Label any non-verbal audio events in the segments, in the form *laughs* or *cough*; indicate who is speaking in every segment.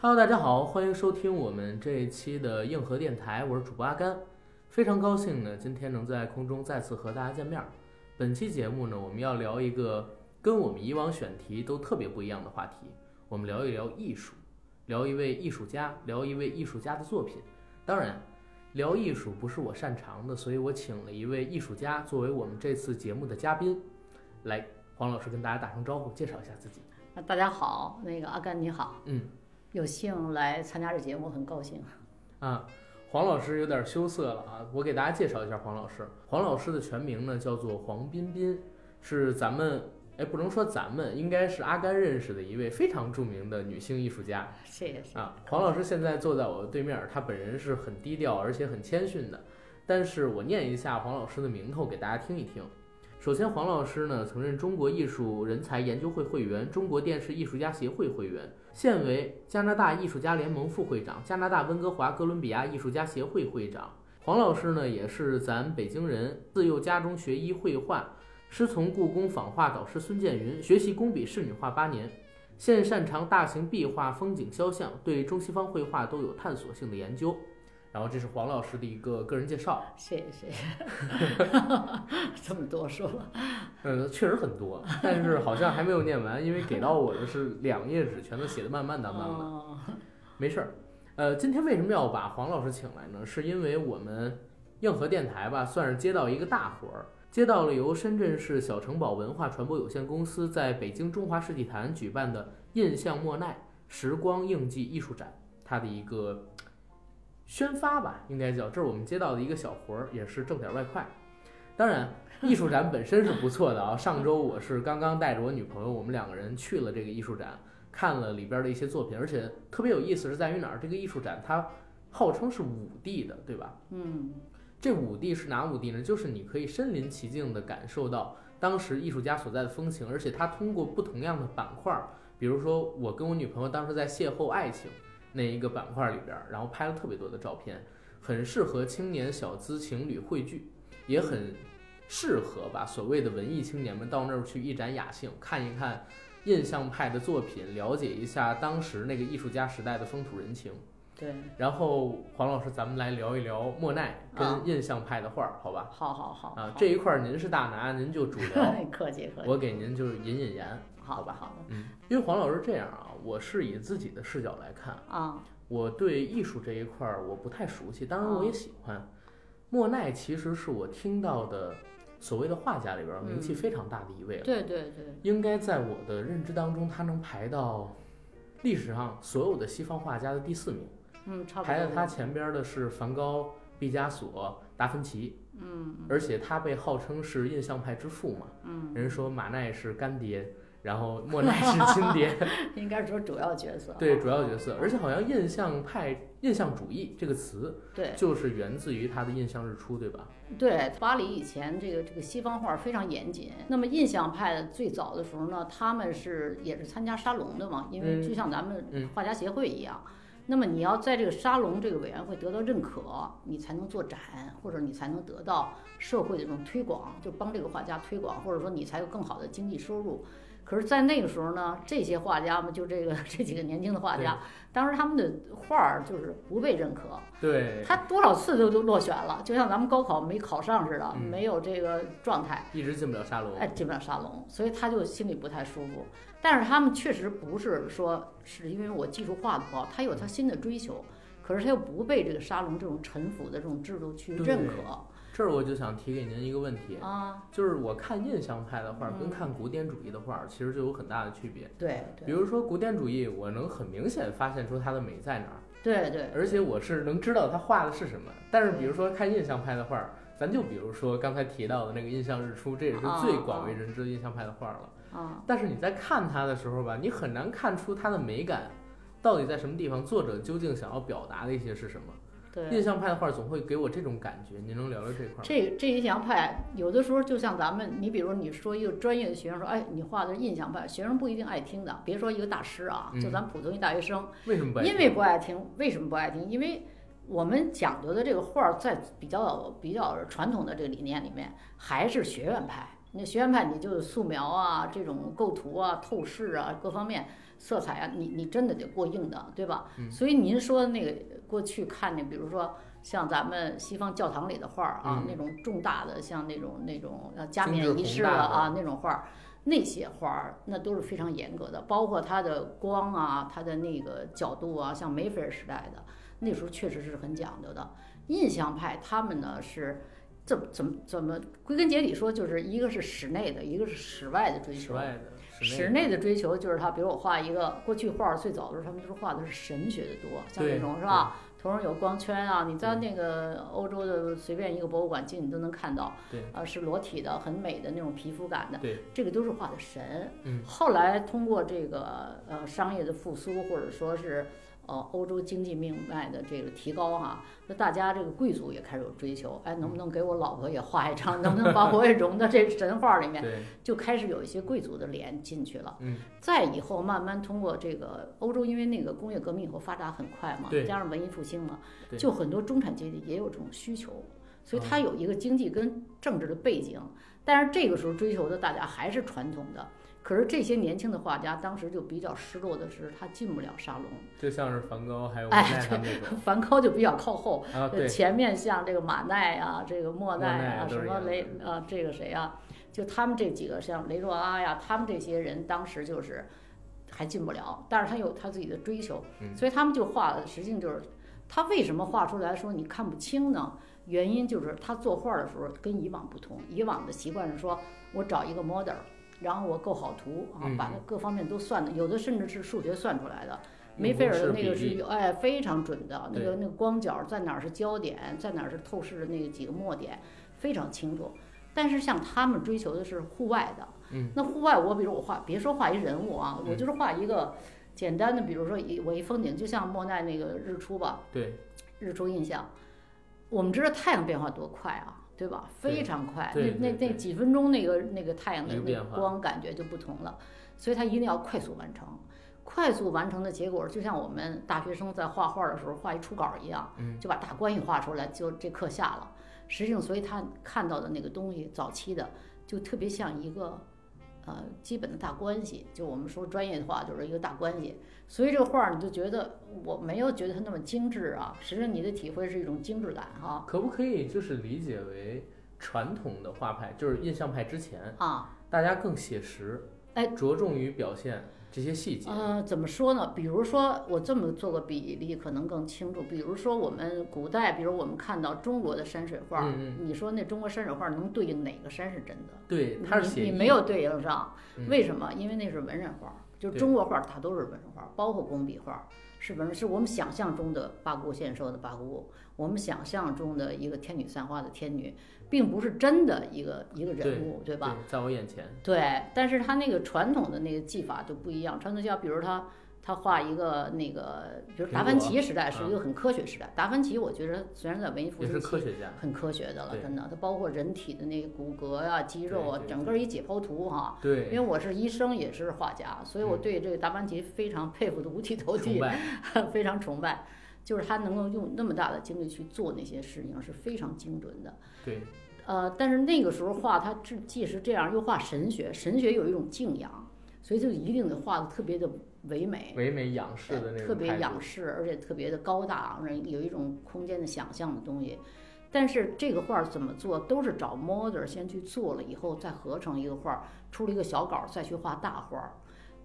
Speaker 1: Hello，大家好，欢迎收听我们这一期的硬核电台，我是主播阿甘，非常高兴呢，今天能在空中再次和大家见面儿。本期节目呢，我们要聊一个跟我们以往选题都特别不一样的话题，我们聊一聊艺术，聊一位艺术家，聊一位艺术家的作品。当然，聊艺术不是我擅长的，所以我请了一位艺术家作为我们这次节目的嘉宾。来，黄老师跟大家打声招呼，介绍一下自己。
Speaker 2: 啊，大家好，那个阿甘你好，
Speaker 1: 嗯，
Speaker 2: 有幸来参加这节目，很高兴。
Speaker 1: 啊，黄老师有点羞涩了啊，我给大家介绍一下黄老师。黄老师的全名呢叫做黄彬彬，是咱们哎不能说咱们，应该是阿甘认识的一位非常著名的女性艺术家
Speaker 2: 谢谢。谢谢
Speaker 1: 啊。黄老师现在坐在我的对面，他本人是很低调而且很谦逊的，但是我念一下黄老师的名头给大家听一听。首先，黄老师呢曾任中国艺术人才研究会会员、中国电视艺术家协会会员，现为加拿大艺术家联盟副会长、加拿大温哥华哥伦比亚艺术家协会会长。黄老师呢也是咱北京人，自幼家中学医绘画，师从故宫仿画导师孙建云学习工笔仕女画八年，现擅长大型壁画、风景肖像，对中西方绘画都有探索性的研究。然后这是黄老师的一个个人介绍。
Speaker 2: 谢
Speaker 1: *laughs*
Speaker 2: 谢谢谢，这么多说了，
Speaker 1: 嗯，确实很多，但是好像还没有念完，因为给到我的是两页纸，全都写的慢慢的、慢慢的。
Speaker 2: 哦，
Speaker 1: 没事儿，呃，今天为什么要把黄老师请来呢？是因为我们硬核电台吧，算是接到一个大活儿，接到了由深圳市小城堡文化传播有限公司在北京中华世纪坛举办的“印象莫奈时光印记艺术展”它的一个宣发吧，应该叫，这是我们接到的一个小活儿，也是挣点外快。当然，艺术展本身是不错的啊。上周我是刚刚带着我女朋友，我们两个人去了这个艺术展，看了里边的一些作品，而且特别有意思是在于哪儿？这个艺术展它号称是五 D 的，对吧？
Speaker 2: 嗯，
Speaker 1: 这五 D 是哪五 D 呢？就是你可以身临其境地感受到当时艺术家所在的风情，而且它通过不同样的板块儿，比如说我跟我女朋友当时在邂逅爱情那一个板块里边儿，然后拍了特别多的照片，很适合青年小资情侣汇聚，也很适合吧所谓的文艺青年们到那儿去一展雅兴，看一看印象派的作品，了解一下当时那个艺术家时代的风土人情。
Speaker 2: 对，
Speaker 1: 然后黄老师，咱们来聊一聊莫奈跟印象派的画儿，好吧？
Speaker 2: 好嗯好好
Speaker 1: 啊
Speaker 2: 好，
Speaker 1: 这一块儿您是大拿，您就主
Speaker 2: *laughs*
Speaker 1: 聊，
Speaker 2: 客气客气，
Speaker 1: 我给您就是引引言。好吧
Speaker 2: 好的
Speaker 1: 嗯，因为黄老师这样啊，我是以自己的视角来看，
Speaker 2: 啊，
Speaker 1: 我对艺术这一块儿我不太熟悉，当然我也喜欢。莫奈其实是我听到的所谓的画家里边儿名气
Speaker 2: 嗯
Speaker 1: 非常大的一位了，
Speaker 2: 对对对，
Speaker 1: 应该在我的认知当中，他能排到历史上所有的西方画家的第四名。
Speaker 2: 嗯，差不多
Speaker 1: 排在他
Speaker 2: 了，
Speaker 1: 前边的是梵高、毕加索、达芬奇，
Speaker 2: 嗯
Speaker 1: 而且他被号称是印象派之父嘛。
Speaker 2: 嗯，
Speaker 1: 人说马奈是干爹，然后莫奈是亲
Speaker 2: *laughs*
Speaker 1: 爹，
Speaker 2: 应该说主要角色，
Speaker 1: 对主要角色。而且好像印象派、印象主义这个词
Speaker 2: 对
Speaker 1: 就是源自于他的《印象日出》，对吧？
Speaker 2: 对，巴黎以前这个这个西方画非常严谨。那么印象派最早的时候呢，他们是也是参加沙龙的嘛，因为
Speaker 1: 嗯
Speaker 2: 就像咱们
Speaker 1: 嗯
Speaker 2: 画家协会一样。那么你要在这个沙龙这个委员会得到认可，你才能做展，或者你才能得到社会的这种推广，就帮这个画家推广，或者说你才有更好的经济收入。可是，在那个时候呢，这些画家嘛，就这个 *laughs* 这几个年轻的画家，当时他们的画儿就是不被认可，
Speaker 1: 对，
Speaker 2: 他多少次都都落选了，就像咱们高考没考上似的，
Speaker 1: 嗯
Speaker 2: 没有这个状态，
Speaker 1: 一直进不了沙龙。
Speaker 2: 哎，进不了沙龙，所以他就心里不太舒服。但是他们确实不是说是因为我技术画的不好，他有他新的追求，可是他又不被这个沙龙这种臣服的这种制度去
Speaker 1: 对
Speaker 2: 认可
Speaker 1: 这儿我就想提给您一个问题，
Speaker 2: 啊。
Speaker 1: 就是我看印象派的画儿跟
Speaker 2: 嗯
Speaker 1: 看古典主义的画儿其实就有很大的区别。
Speaker 2: 对
Speaker 1: 比
Speaker 2: 对
Speaker 1: 如说古典主义，我能很明显发现出它的美在哪儿。
Speaker 2: 对对，
Speaker 1: 而且我是能知道他画的是什么。但是比如说看印象派的画儿，咱就比如说刚才提到的那个《印象日出》，这也是
Speaker 2: 哦
Speaker 1: 最广为人知的印象派的画儿了。
Speaker 2: 啊，
Speaker 1: 但是你在看它的时候吧，你很难看出它的美感到底在什么地方，作者究竟想要表达的一些是什么。
Speaker 2: 对。
Speaker 1: 印象派的画儿总会给我这种感觉，您能聊聊这块儿吗？
Speaker 2: 这这印象派有的时候就像咱们，你比如你说一个专业的学生说，哎，你画的是印象派，学生不一定爱听的。别说一个大师啊，就
Speaker 1: 嗯
Speaker 2: 咱普通一大学生，
Speaker 1: 为什么不爱
Speaker 2: 因为
Speaker 1: 听
Speaker 2: 不爱听，为什么不爱听？因为我们讲究的这个画儿，在比较比较传统的这个理念里面，还是学院派。那学院派你就素描啊，这种构图啊、透视啊各方面色彩啊，你你真的得过硬的，对吧？
Speaker 1: 嗯
Speaker 2: 所以您说那个过去看那，比如说像咱们西方教堂里的画儿啊，
Speaker 1: 嗯
Speaker 2: 那种重大的，像那种那种呃加
Speaker 1: 精
Speaker 2: 冕
Speaker 1: 致
Speaker 2: 仪
Speaker 1: 宏
Speaker 2: 式
Speaker 1: 大
Speaker 2: 了
Speaker 1: 的
Speaker 2: 啊那种画儿。那些画儿那都是非常严格的，包括它的光啊，它的那个角度啊，像梅菲尔时代的那时候确实是很讲究的。印象派他们呢是怎么怎么怎么归根结底说，就是一个是室内的，一个是室外的追
Speaker 1: 室
Speaker 2: 求。
Speaker 1: 外的，
Speaker 2: 室
Speaker 1: 内
Speaker 2: 内的追求就是他，比如我画一个，过去画儿最早的时候，他们就是画的是神学的多，像
Speaker 1: 对
Speaker 2: 那种是吧？头上有光圈啊，你在那个欧洲的随便一个博物馆进，你都能看到，
Speaker 1: 对
Speaker 2: 呃，是裸体的，很美的那种皮肤感的，
Speaker 1: 对，
Speaker 2: 这个都是画的神。
Speaker 1: 嗯，
Speaker 2: 后来通过这个呃商业的复苏，或者说是呃欧洲经济命脉的这个提高哈、那大家这个贵族也开始有追求，哎，
Speaker 1: 嗯
Speaker 2: 能不能给我老婆也画一张？能不能把我也融到这神话里面？
Speaker 1: 对，
Speaker 2: 就开始有一些贵族的脸进去了。
Speaker 1: 嗯，
Speaker 2: 再以后慢慢通过这个欧洲，因为那个工业革命以后发达很快嘛
Speaker 1: 对，
Speaker 2: 加上文艺复兴嘛，
Speaker 1: 对嗯
Speaker 2: 就很多中产阶级也有这种需求，所以它有一个经济跟政治的背景。但是这个时候追求的大家还是传统的。可是这些年轻的画家当时就比较失落的是，他进不了沙龙，
Speaker 1: 就像是梵高还有莫
Speaker 2: 哎
Speaker 1: 奈他们那种
Speaker 2: 梵高就比较靠后，
Speaker 1: 啊，
Speaker 2: 呃
Speaker 1: 对，
Speaker 2: 前面像这个马奈啊，这个莫奈啊，
Speaker 1: 莫奈
Speaker 2: 什
Speaker 1: 都是一
Speaker 2: 么
Speaker 1: 样的
Speaker 2: 雷啊，这个谁啊，就他们这几个像雷诺阿呀，他们这些人当时就是还进不了，但是他有他自己的追求，
Speaker 1: 嗯
Speaker 2: 所以他们就画的，实际就是他为什么画出来说你看不清呢？原因就是他作画的时候跟以往不同，以往的习惯是说我找一个 model，然后我构好图啊
Speaker 1: 嗯，
Speaker 2: 把那各方面都算的，有的甚至是数学算出来的。梅
Speaker 1: 用
Speaker 2: 菲
Speaker 1: 公式
Speaker 2: 尔的那
Speaker 1: 比
Speaker 2: 个是
Speaker 1: 例
Speaker 2: 有哎非常准的，那
Speaker 1: 对
Speaker 2: 个那个光角在哪儿是焦点，在哪儿是透视的那几个墨点，非常清楚。但是像他们追求的是户外的，
Speaker 1: 嗯，
Speaker 2: 那户外我比如我画，别说画一人物啊，我
Speaker 1: 嗯
Speaker 2: 就是画一个简单的，比如说一我一风景，就像莫奈那个日出吧，
Speaker 1: 对
Speaker 2: 日出印象，我们知道太阳变化多快啊，对吧？
Speaker 1: 对
Speaker 2: 非常快，
Speaker 1: 对
Speaker 2: 那
Speaker 1: 对
Speaker 2: 那
Speaker 1: 对
Speaker 2: 那几分钟那个那个太阳的
Speaker 1: 一个
Speaker 2: 那
Speaker 1: 变
Speaker 2: 个
Speaker 1: 化
Speaker 2: 光感觉就不同了，所以它一定要快速完成。快速完成的结果，就像我们大学生在画画的时候画一初稿一样，
Speaker 1: 嗯
Speaker 2: 就把大关系画出来，就这课下了。实际上，所以他看到的那个东西，早期的就特别像一个呃基本的大关系，就我们说专业的话就是一个大关系。所以这个画儿你就觉得我没有觉得它那么精致啊，实际上你的体会是一种精致感哈
Speaker 1: 可不可以就是理解为传统的画派，就是印象派之前，
Speaker 2: 啊，
Speaker 1: 大家更写实，
Speaker 2: 哎
Speaker 1: 着重于表现这些细节，
Speaker 2: 呃，怎么说呢？比如说我这么做个比例可能更清楚，比如说我们古代，比如我们看到中国的山水画儿，
Speaker 1: 嗯
Speaker 2: 你说那中国山水画儿能对应哪个山是真的？
Speaker 1: 对，
Speaker 2: 嗯你
Speaker 1: 他是写
Speaker 2: 你
Speaker 1: 意
Speaker 2: 没有对应上，
Speaker 1: 嗯
Speaker 2: 为什么？因为那是文人画儿，就是
Speaker 1: 对
Speaker 2: 中国画儿大都是文人画儿，包括工笔画儿是文人，是我们想象中的八姑献寿的八姑，我们想象中的一个天女散花的天女，并不是真的一个一个人物，对
Speaker 1: 对
Speaker 2: 吧？？
Speaker 1: 在我眼前，
Speaker 2: 对，但是他那个传统的那个技法就不一样，传统技法，比如他。他画一个那个，比如
Speaker 1: 苹
Speaker 2: 达芬
Speaker 1: 果
Speaker 2: 奇时代是
Speaker 1: 啊
Speaker 2: 一个很科学时代。达芬奇，我觉得虽然在文艺复
Speaker 1: 也
Speaker 2: 兴
Speaker 1: 是
Speaker 2: 期
Speaker 1: 科学家，
Speaker 2: 很科学的了，
Speaker 1: 对
Speaker 2: 真的。它包括人体的那个骨骼呀、肌肉啊
Speaker 1: 对，对
Speaker 2: 整个一解剖图哈。因为
Speaker 1: 对，
Speaker 2: 我是医生，也是画家，所以我
Speaker 1: 嗯
Speaker 2: 对这个达芬奇非常佩服的
Speaker 1: *laughs*
Speaker 2: 五体投
Speaker 1: 崇
Speaker 2: 地，
Speaker 1: 拜，
Speaker 2: *laughs* 非常崇拜。就是他能够用那么大的精力去做那些事情，是非常精准的。
Speaker 1: 对，
Speaker 2: 呃，但是那个时候画他既既是这样，又画神学，神学有一种敬仰，所以就一定得画的特别的唯美。
Speaker 1: 唯美仰视的那种
Speaker 2: 特别
Speaker 1: 态度
Speaker 2: 仰视，而且特别的高大，让人有一种空间的想象的东西。但是这个画儿怎么做，都是找 model 先去做了，以后再合成一个画儿，出了一个小稿儿，再去画大画儿。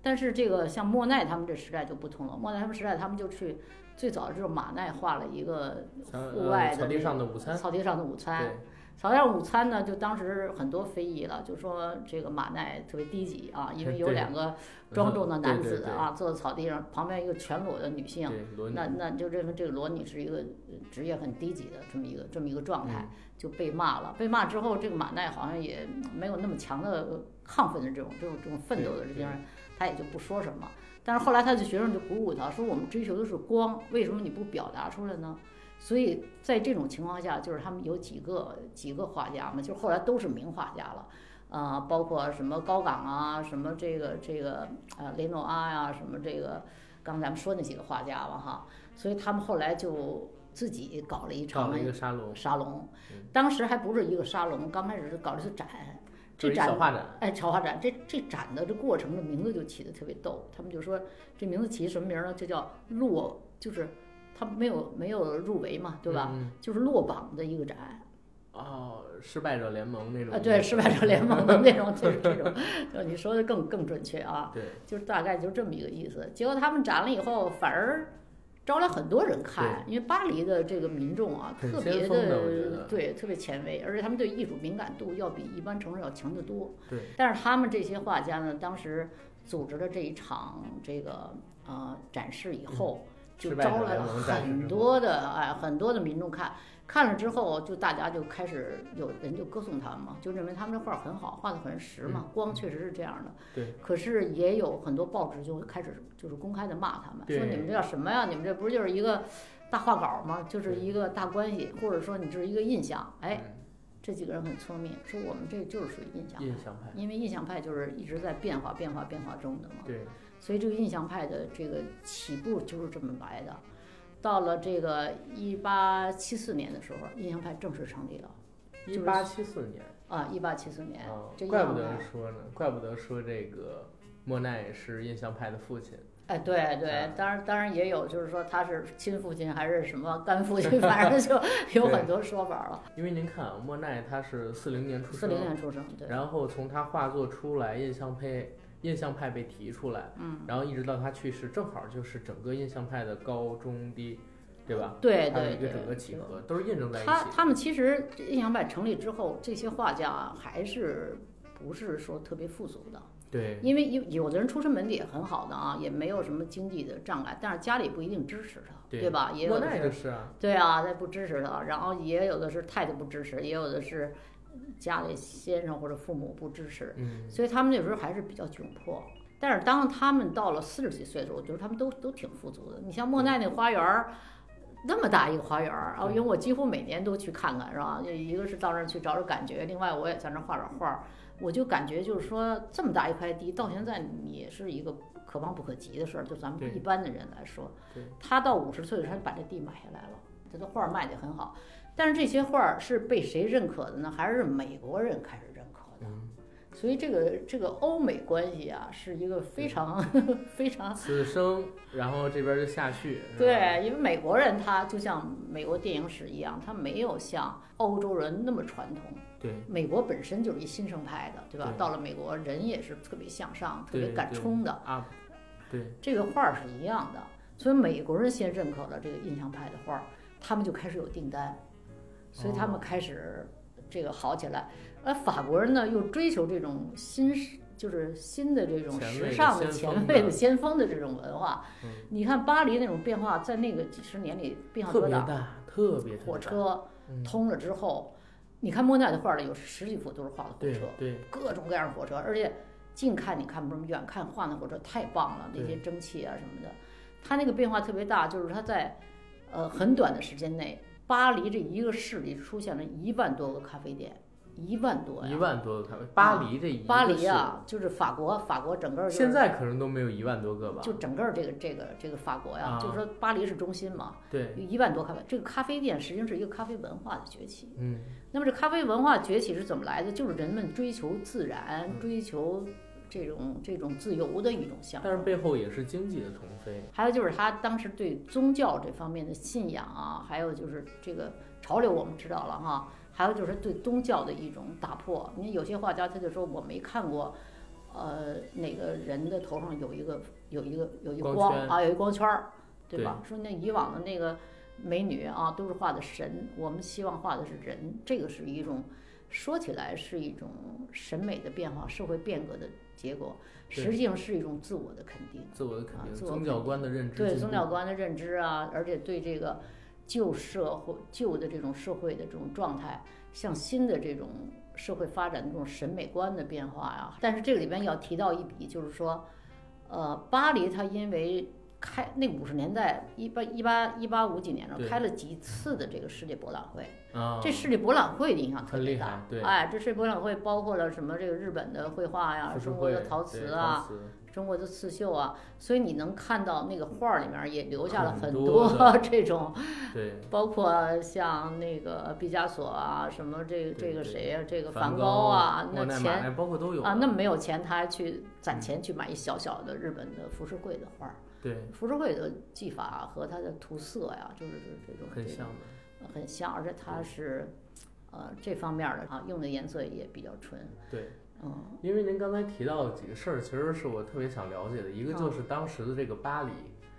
Speaker 2: 但是这个像莫奈他们这时代就不同了，莫奈他们时代他们就去最早就是马奈画了一个
Speaker 1: 像呃
Speaker 2: 户外的
Speaker 1: 草
Speaker 2: 那
Speaker 1: 地
Speaker 2: 个
Speaker 1: 上的午餐，
Speaker 2: 草地上的午餐，
Speaker 1: 对，
Speaker 2: 朝阳午餐呢，就当时很多非议了，就说这个马奈特别低级啊，因为有
Speaker 1: 对
Speaker 2: 两个庄重的
Speaker 1: 嗯
Speaker 2: 男
Speaker 1: 对对
Speaker 2: 子啊，坐在草地上，旁边一个全裸的女性，
Speaker 1: 对，伦
Speaker 2: 那那就认为这个裸女是一个呃职业很低级的这么一个这么一个状
Speaker 1: 嗯
Speaker 2: 态，就被骂了。被骂之后，这个马奈好像也没有那么强的呃亢奋的这种这种这种奋斗的
Speaker 1: 对
Speaker 2: 这
Speaker 1: 对
Speaker 2: 种，他也就不说什么。但是后来他的学生就鼓舞他说：“我们追求的是光，为什么你不表达出来呢？”所以在这种情况下，就是他们有几个几个画家嘛，就后来都是名画家了。呃，包括什么高岗啊，什么这个这个呃雷诺阿呀、什么这个刚才咱们说那几个画家吧哈，所以他们后来就自己搞了一
Speaker 1: 搞
Speaker 2: 场
Speaker 1: 了一个沙龙，
Speaker 2: 沙龙
Speaker 1: 嗯，
Speaker 2: 当时还不是一个沙龙，刚开始是搞了一个展，
Speaker 1: 这
Speaker 2: 这
Speaker 1: 是一
Speaker 2: 展
Speaker 1: 小画展，
Speaker 2: 哎，潮画展这这展的这过程的名字就起的特别逗，他们就说这名字起什么名儿呢？就叫落，就是他没有没有入围嘛，对吧？
Speaker 1: 嗯？
Speaker 2: 就是落榜的一个展
Speaker 1: 哦，失败者联盟那种
Speaker 2: 啊，对，失败者联盟的那种，就是
Speaker 1: *laughs*
Speaker 2: 这种，就你说的更更准确啊，
Speaker 1: 对
Speaker 2: 就是大概就这么一个意思。结果他们展了以后，反而招来很多人看，因为巴黎的这个民众啊，
Speaker 1: 很
Speaker 2: 特别
Speaker 1: 先锋的我觉得
Speaker 2: 的对，特别前卫，而且他们对艺术敏感度要比一般城市要强得多。
Speaker 1: 对，
Speaker 2: 但是他们这些画家呢，当时组织了这一场这个呃展示以后，
Speaker 1: 嗯
Speaker 2: 就
Speaker 1: 失败者
Speaker 2: 招来了
Speaker 1: 联盟战士
Speaker 2: 很
Speaker 1: 之
Speaker 2: 多的哎很多的民众看，看了之后就大家就开始有人就歌颂他们嘛，就认为他们这画很好，画的很实
Speaker 1: 嗯
Speaker 2: 嘛，光确实是这样的。
Speaker 1: 对。
Speaker 2: 可是也有很多报纸就开始就是公开的骂他们，
Speaker 1: 对
Speaker 2: 说你们这叫什么呀？你们这不是就是一个大画稿吗？就是一个大关系，或者说你这是一个印象。哎，这几个人很聪明，说我们这就是属于印象
Speaker 1: 嗯，。印象派，
Speaker 2: 因为印象派就是一直在变化、变化、变化中的嘛，
Speaker 1: 对，
Speaker 2: 所以这个印象派的这个起步就是这么来的。到了这个一八七四年的时候，印象派正式成立了
Speaker 1: 一
Speaker 2: 就是
Speaker 1: 八七四年
Speaker 2: 啊，一八七四年，
Speaker 1: 啊
Speaker 2: 这，印
Speaker 1: 怪不
Speaker 2: 象
Speaker 1: 得
Speaker 2: 派，
Speaker 1: 说呢，怪不得说这个莫奈是印象派的父亲，
Speaker 2: 哎，对
Speaker 1: 嗯啊
Speaker 2: 对，当然当然也有，就是说他是亲父亲还是什么干
Speaker 1: *laughs*
Speaker 2: 父亲，反正就有很多说法了。
Speaker 1: 因为您看啊，莫奈他是四零年出
Speaker 2: 四
Speaker 1: 生
Speaker 2: 零，年出生，对，
Speaker 1: 然后从他画作出来，印象派印象派被提出来，
Speaker 2: 嗯，
Speaker 1: 然后一直到他去世，正好就是整个印象派的高中低，对吧？
Speaker 2: 对
Speaker 1: 它是一
Speaker 2: 对
Speaker 1: 个
Speaker 2: 对，
Speaker 1: 整个
Speaker 2: 对
Speaker 1: 几何都是印证在一
Speaker 2: 他
Speaker 1: 起。
Speaker 2: 他们其实印象派成立之后，这些画家啊还是不是说特别富足的，
Speaker 1: 对，
Speaker 2: 因为有有的人出身门第也很好的啊，也没有什么经济的障碍，但是家里不一定支持他，
Speaker 1: 对
Speaker 2: 对吧？也有
Speaker 1: 莫
Speaker 2: 的
Speaker 1: 奈就是是啊，
Speaker 2: 对啊，他不支持他，然后也有的是太太不支持，也有的是家里先生或者父母不支持，
Speaker 1: 嗯，
Speaker 2: 所以他们那时候还是比较窘迫。但是当他们到了四十几岁的时候，我觉得他们都都挺富足的。你像莫奈那花园儿，那么大一个花园儿啊，
Speaker 1: 对
Speaker 2: 因为我几乎每年都去看看，是吧？一个是到那儿去找找感觉，另外我也在那儿画找画儿。我就感觉就是说，这么大一块地，到现在也是一个可望不可及的事儿。就咱
Speaker 1: 对
Speaker 2: 们一般的人来说
Speaker 1: 对，
Speaker 2: 他到五十岁的时候，他把这地买下来了，他的画儿卖得很好。但是这些画儿是被谁认可的呢？还是美国人开始认可的？
Speaker 1: 嗯
Speaker 2: 所以这个这个欧美关系啊，是一个
Speaker 1: 嗯
Speaker 2: 非常 *laughs* 非常
Speaker 1: 此生，然后这边就下去，是吧，
Speaker 2: 对，因为美国人他就像美国电影史一样，他没有像欧洲人那么传统。
Speaker 1: 对，
Speaker 2: 美国本身就是一新生派的，对吧？
Speaker 1: 对
Speaker 2: 到了美国，人也是特别向上、特别
Speaker 1: 对
Speaker 2: 敢
Speaker 1: 对
Speaker 2: 冲的。
Speaker 1: 啊，对，
Speaker 2: 这个画儿是一样的，所以美国人先认可了这个印象派的画儿，他们就开始有订单，所以他
Speaker 1: 哦
Speaker 2: 们开始这个好起来。而法国人呢，又追求这种新时，就是新的这种
Speaker 1: 前卫的
Speaker 2: 时尚的、
Speaker 1: 先
Speaker 2: 前
Speaker 1: 锋的
Speaker 2: 卫的、先锋的这种文化
Speaker 1: 嗯。
Speaker 2: 你看巴黎那种变化，在那个几十年里变化
Speaker 1: 特
Speaker 2: 多
Speaker 1: 别
Speaker 2: 大？
Speaker 1: 大，特别特别
Speaker 2: 火
Speaker 1: 大，
Speaker 2: 车
Speaker 1: 嗯
Speaker 2: 通了之后，你看莫奈的画儿里有十几幅都是画的火
Speaker 1: 对
Speaker 2: 车。
Speaker 1: 对
Speaker 2: 各种各样的火车，而且近看你看不中，远看画那火车太棒了，
Speaker 1: 对
Speaker 2: 那些蒸汽啊什么的，它那个变化特别大，就是它在呃很短的时间内，巴黎这一个市里出现了一万多个咖啡店，一万多
Speaker 1: 一
Speaker 2: 呀！
Speaker 1: 万多个咖啡，巴黎这一个
Speaker 2: 巴黎
Speaker 1: 市，
Speaker 2: 啊，就是法国，法国整个就是
Speaker 1: 现在可能都没有一万多个吧，
Speaker 2: 就整个这个这个这个法国呀
Speaker 1: 啊，
Speaker 2: 就是说巴黎是中心嘛，
Speaker 1: 对，
Speaker 2: 有一万多咖啡，这个咖啡店实际上是一个咖啡文化的崛起。
Speaker 1: 嗯，
Speaker 2: 那么这咖啡文化崛起是怎么来的？就是人们追求自然，
Speaker 1: 嗯
Speaker 2: 追求这种这种自由的一种向
Speaker 1: 但是
Speaker 2: 往。
Speaker 1: 背后也是经济的腾飞，
Speaker 2: 还有就是他当时对宗教这方面的信仰啊，还有就是这个潮流，我们知道了哈。还有就是对宗教的一种打破。你看有些画家他就说我没看过，呃，哪个人的头上有一个有一个有一
Speaker 1: 光
Speaker 2: 光
Speaker 1: 圈
Speaker 2: 啊，有一光圈儿，对吧？说那以往的那个美女啊，都是画的神，我们希望画的是人，这个是一种说起来是一种审美的变化，社会变革的结果，
Speaker 1: 对
Speaker 2: 实际上是一种自我的肯定。
Speaker 1: 自我的肯
Speaker 2: 啊
Speaker 1: 定，
Speaker 2: 自我
Speaker 1: 宗
Speaker 2: 肯
Speaker 1: 教
Speaker 2: 定
Speaker 1: 观的认知
Speaker 2: 对
Speaker 1: 进
Speaker 2: 宗
Speaker 1: 步
Speaker 2: 教观的认知啊，而且对这个旧社会、旧的这种社会的这种状态，向新的这种社会发展的这种审美观的变化呀、但是这个里边要提到一笔，就是说，呃，巴黎它因为开那五十年代一八一八一八五几年了
Speaker 1: 对，
Speaker 2: 开了几次的这个世界博览会，
Speaker 1: 啊，
Speaker 2: 这世界博览会的影响特
Speaker 1: 很
Speaker 2: 别
Speaker 1: 厉
Speaker 2: 大
Speaker 1: 害。对
Speaker 2: 哎，这世界博览会包括了什么？这个日本的绘画呀
Speaker 1: 浮，世
Speaker 2: 中国的
Speaker 1: 绘
Speaker 2: 陶
Speaker 1: 对
Speaker 2: 瓷啊，
Speaker 1: 陶瓷
Speaker 2: 中国的刺绣啊，所以你能看到那个画儿里面也留下了
Speaker 1: 很
Speaker 2: 很
Speaker 1: 多的
Speaker 2: *laughs* 这种，
Speaker 1: 对，
Speaker 2: 包括像那个毕加索啊，什么这
Speaker 1: 对
Speaker 2: 这
Speaker 1: 对
Speaker 2: 个谁呀、这个
Speaker 1: 梵
Speaker 2: 梵高啊，
Speaker 1: 莫
Speaker 2: 那
Speaker 1: 奈
Speaker 2: 前
Speaker 1: 马奈包括都有嗯
Speaker 2: 啊，那没有钱，他还去攒钱去买一小小的日本的浮世绘的画儿。
Speaker 1: 对，
Speaker 2: 浮世绘的技法啊和它的涂色呀，就是这种
Speaker 1: 很
Speaker 2: 这种
Speaker 1: 像的，
Speaker 2: 很像，而且它是呃这方面儿的啊，用的颜色也比较纯。
Speaker 1: 对。
Speaker 2: 嗯，
Speaker 1: 因为您刚才提到几个事儿，其实是我特别想了解的，一个就是当时的这个巴黎，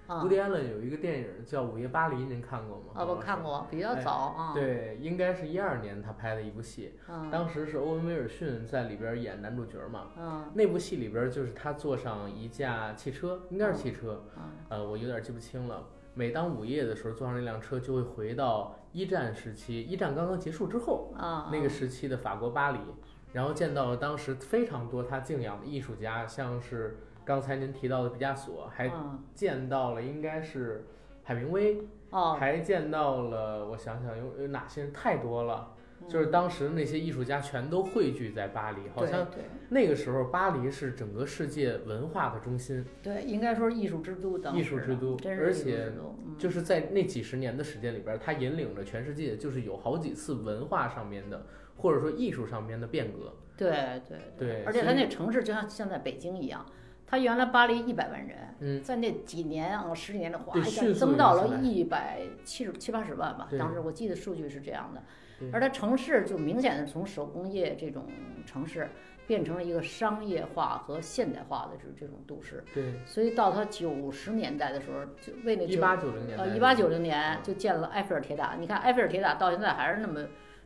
Speaker 2: 啊
Speaker 1: 乌迪安伦有一个电影叫《午夜巴黎》，您看过吗？
Speaker 2: 啊，我看。过，比较
Speaker 1: 哎
Speaker 2: 早啊。
Speaker 1: 对，应该是一二年他拍的一部戏，
Speaker 2: 嗯
Speaker 1: 当时是欧文威尔逊在里边演男主角嘛。
Speaker 2: 嗯
Speaker 1: 那部戏里边就是他坐上一架汽车，应该是汽车，
Speaker 2: 嗯
Speaker 1: 呃，我有点记不清了。每当午夜的时候，坐上那辆车就会回到一战时期，一战刚刚结束之后，
Speaker 2: 啊，
Speaker 1: 那个时期的法国巴黎，然后见到了当时非常多他敬仰的艺术家，像是刚才您提到的毕加索，还
Speaker 2: 嗯
Speaker 1: 见到了应该是海明威，
Speaker 2: 哦，
Speaker 1: 还见到了我想想有有哪些人太多了，就是
Speaker 2: 嗯
Speaker 1: 当时那些艺术家全都汇聚在巴黎，好
Speaker 2: 对
Speaker 1: 像
Speaker 2: 对
Speaker 1: 那个时候巴黎是整个世界文化的中心，
Speaker 2: 对，应该说是艺术之都当时
Speaker 1: 艺
Speaker 2: 的，
Speaker 1: 术之都
Speaker 2: 真
Speaker 1: 而
Speaker 2: 是艺术
Speaker 1: 且
Speaker 2: 之都，嗯
Speaker 1: 就是在那几十年的时间里边，他引领着全世界，就是有好几次文化上面的或者说艺术上面的变革，
Speaker 2: 对对
Speaker 1: 对，
Speaker 2: 而且它
Speaker 1: 所以
Speaker 2: 那城市就像现在北京一样，它原来巴黎一百万人，
Speaker 1: 嗯
Speaker 2: 在那几年啊十几年的哗
Speaker 1: 对
Speaker 2: 一下
Speaker 1: 迅速
Speaker 2: 增到
Speaker 1: 涌
Speaker 2: 了
Speaker 1: 上
Speaker 2: 一百七十七八十万吧，
Speaker 1: 对
Speaker 2: 当时我记得数据是这样的
Speaker 1: 对。
Speaker 2: 而它城市就明显的从手工业这种城市变成了一个商业化和现代化的这这种都市，
Speaker 1: 对。
Speaker 2: 所以到它九十年代的时候，就为那
Speaker 1: 一
Speaker 2: 九
Speaker 1: 八九零年代，
Speaker 2: 呃一八九零年就建了埃菲尔铁塔。你看埃菲尔铁塔到现在还是那么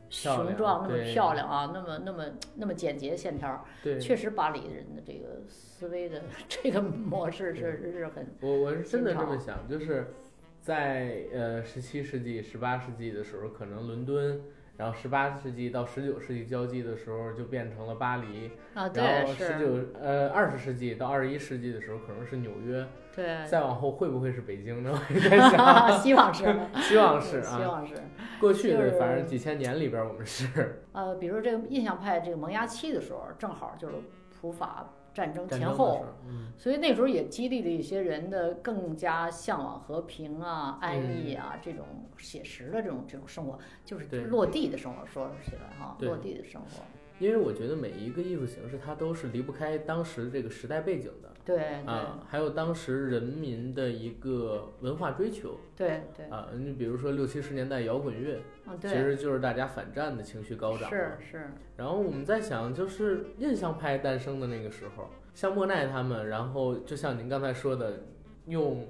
Speaker 1: 漂亮
Speaker 2: 雄壮，那么
Speaker 1: 对
Speaker 2: 漂亮啊，那么那么那么简洁线条儿。
Speaker 1: 对，
Speaker 2: 确实，巴黎人的这个思维的 *laughs* 这个模式是是很
Speaker 1: 我我是真的
Speaker 2: 清
Speaker 1: 这
Speaker 2: 朝
Speaker 1: 么想，就是在呃十七世纪、十八世纪的时候，可能伦敦，然后十八世纪到十九世纪交际的时候，就变成了巴黎，
Speaker 2: 啊，
Speaker 1: 然
Speaker 2: 对
Speaker 1: 后十
Speaker 2: 是，
Speaker 1: 九呃二十世纪到二十一世纪的时候，可能是纽约，
Speaker 2: 对，
Speaker 1: 再往后会不会是北京呢？ *laughs* 我也在想，
Speaker 2: *laughs* 希望是，
Speaker 1: *laughs* 希望是
Speaker 2: *laughs* 希
Speaker 1: 啊，
Speaker 2: 望是。
Speaker 1: 过去
Speaker 2: 就
Speaker 1: 的
Speaker 2: 是
Speaker 1: 反正几千年里边我们是
Speaker 2: 呃，比如这个印象派这个萌芽期的时候，正好就是普法战争
Speaker 1: 战
Speaker 2: 前
Speaker 1: 争的时
Speaker 2: 后，
Speaker 1: 候，嗯，
Speaker 2: 所以那时候也激励了一些人的更加向往和平
Speaker 1: 嗯
Speaker 2: 啊、安逸啊这种写实的这种这种生活，就是
Speaker 1: 对
Speaker 2: 落地的生活，说起来哈，
Speaker 1: 对
Speaker 2: 落地的生活，
Speaker 1: 因为我觉得每一个艺术形式它都是离不开当时这个时代背景的。
Speaker 2: 对哎对
Speaker 1: 啊，还有当时人民的一个文化追求
Speaker 2: 对对，
Speaker 1: 啊，你比如说六七十年代摇滚乐，
Speaker 2: 嗯
Speaker 1: 其
Speaker 2: 对，
Speaker 1: 实就是大家反战的情绪高涨。
Speaker 2: 是。是，
Speaker 1: 然后我们在想，就是印象派诞生的那个时候，像莫奈他们，然后就像您刚才说的，用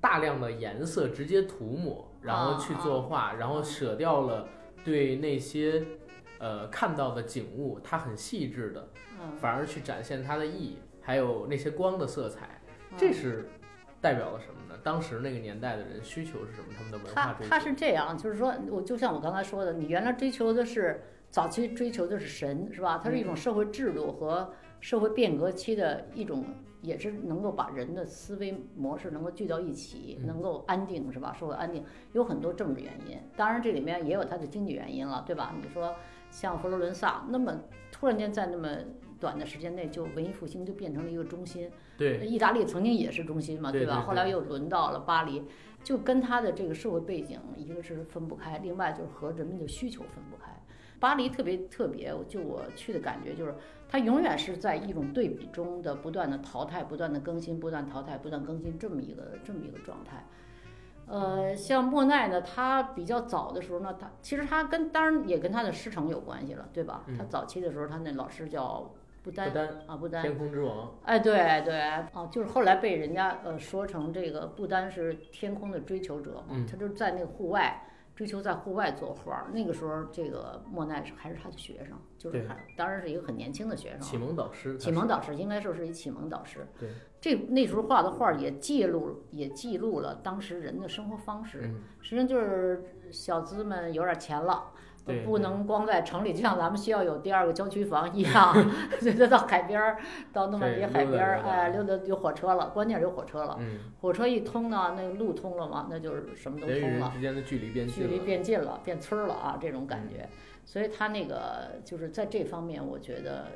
Speaker 1: 大量的颜色直接涂抹，然后去作
Speaker 2: 啊
Speaker 1: 画，然后舍掉了对那些呃看到的景物，它很细致的，
Speaker 2: 嗯，
Speaker 1: 反而去展现它的意义，还有那些光的色彩。这
Speaker 2: 嗯
Speaker 1: 是代表了什么呢？当时那个年代的人需求是什么？他们的文化
Speaker 2: 他
Speaker 1: 追求。
Speaker 2: 他是这样，就是说，我就像我刚才说的，你原来追求的是早期追求的是神，是吧？它是一
Speaker 1: 嗯
Speaker 2: 种社会制度和社会变革期的一种，也是能够把人的思维模式能够聚到一起，
Speaker 1: 嗯
Speaker 2: 能够安定，是吧？社会安定有很多政治原因，当然这里面也有它的经济原因了，对吧？你说像佛罗伦萨，那么突然间在那么短的时间内，就文艺复兴就变成了一个中心。
Speaker 1: 对
Speaker 2: 意大利曾经也是中心嘛，
Speaker 1: 对
Speaker 2: 吧？
Speaker 1: 对对
Speaker 2: 后来又轮到了巴黎，就跟它的这个社会背景，一个是分不开，另外就是和人们的需求分不开。巴黎特别特别，就我去的感觉就是，它永远是在一种对比中的不断的淘汰、不断的更新、不断淘汰、不断更新这么一个这么一个状态。呃，像莫奈呢，他比较早的时候呢，他其实他跟当然也跟他的师承有关系了，对吧？
Speaker 1: 嗯
Speaker 2: 他早期的时候，他那老师叫
Speaker 1: 不
Speaker 2: 布丹
Speaker 1: 丹
Speaker 2: 啊，布丹。
Speaker 1: 天空之王，
Speaker 2: 哎，对对，哦，就是后来被人家呃说成这个不单是天空的追求者嘛，
Speaker 1: 嗯
Speaker 2: 他就是在那个户外追求在户外作画儿。那个时候，这个莫奈是还是他的学生，就是
Speaker 1: 对
Speaker 2: 还当然是一个很年轻的学
Speaker 1: 启
Speaker 2: 生啊，
Speaker 1: 蒙导师，
Speaker 2: 启蒙导师应该说是一启蒙导师。
Speaker 1: 对，
Speaker 2: 这那时候画的画儿也记录也记录了当时人的生活方
Speaker 1: 他
Speaker 2: 式
Speaker 1: 是，，嗯，
Speaker 2: 实际上就是小资们有点钱了
Speaker 1: 对。
Speaker 2: 不能光在城里，就像咱们需要有第二个郊区房一样，
Speaker 1: *laughs*
Speaker 2: 所以他到海边儿，到诺曼底
Speaker 1: 对
Speaker 2: 海边儿，
Speaker 1: 溜达溜达
Speaker 2: 哎，溜达有火车了，关键是有火车了。
Speaker 1: 嗯，
Speaker 2: 火车一通呢，那个路通了嘛，那就是什么都
Speaker 1: 人与
Speaker 2: 通
Speaker 1: 人
Speaker 2: 了，
Speaker 1: 之间的距离变
Speaker 2: 距
Speaker 1: 近
Speaker 2: 离
Speaker 1: 了，嗯
Speaker 2: 变近了，变村儿了啊，这种感觉。所以他那个就是在这方面，我觉得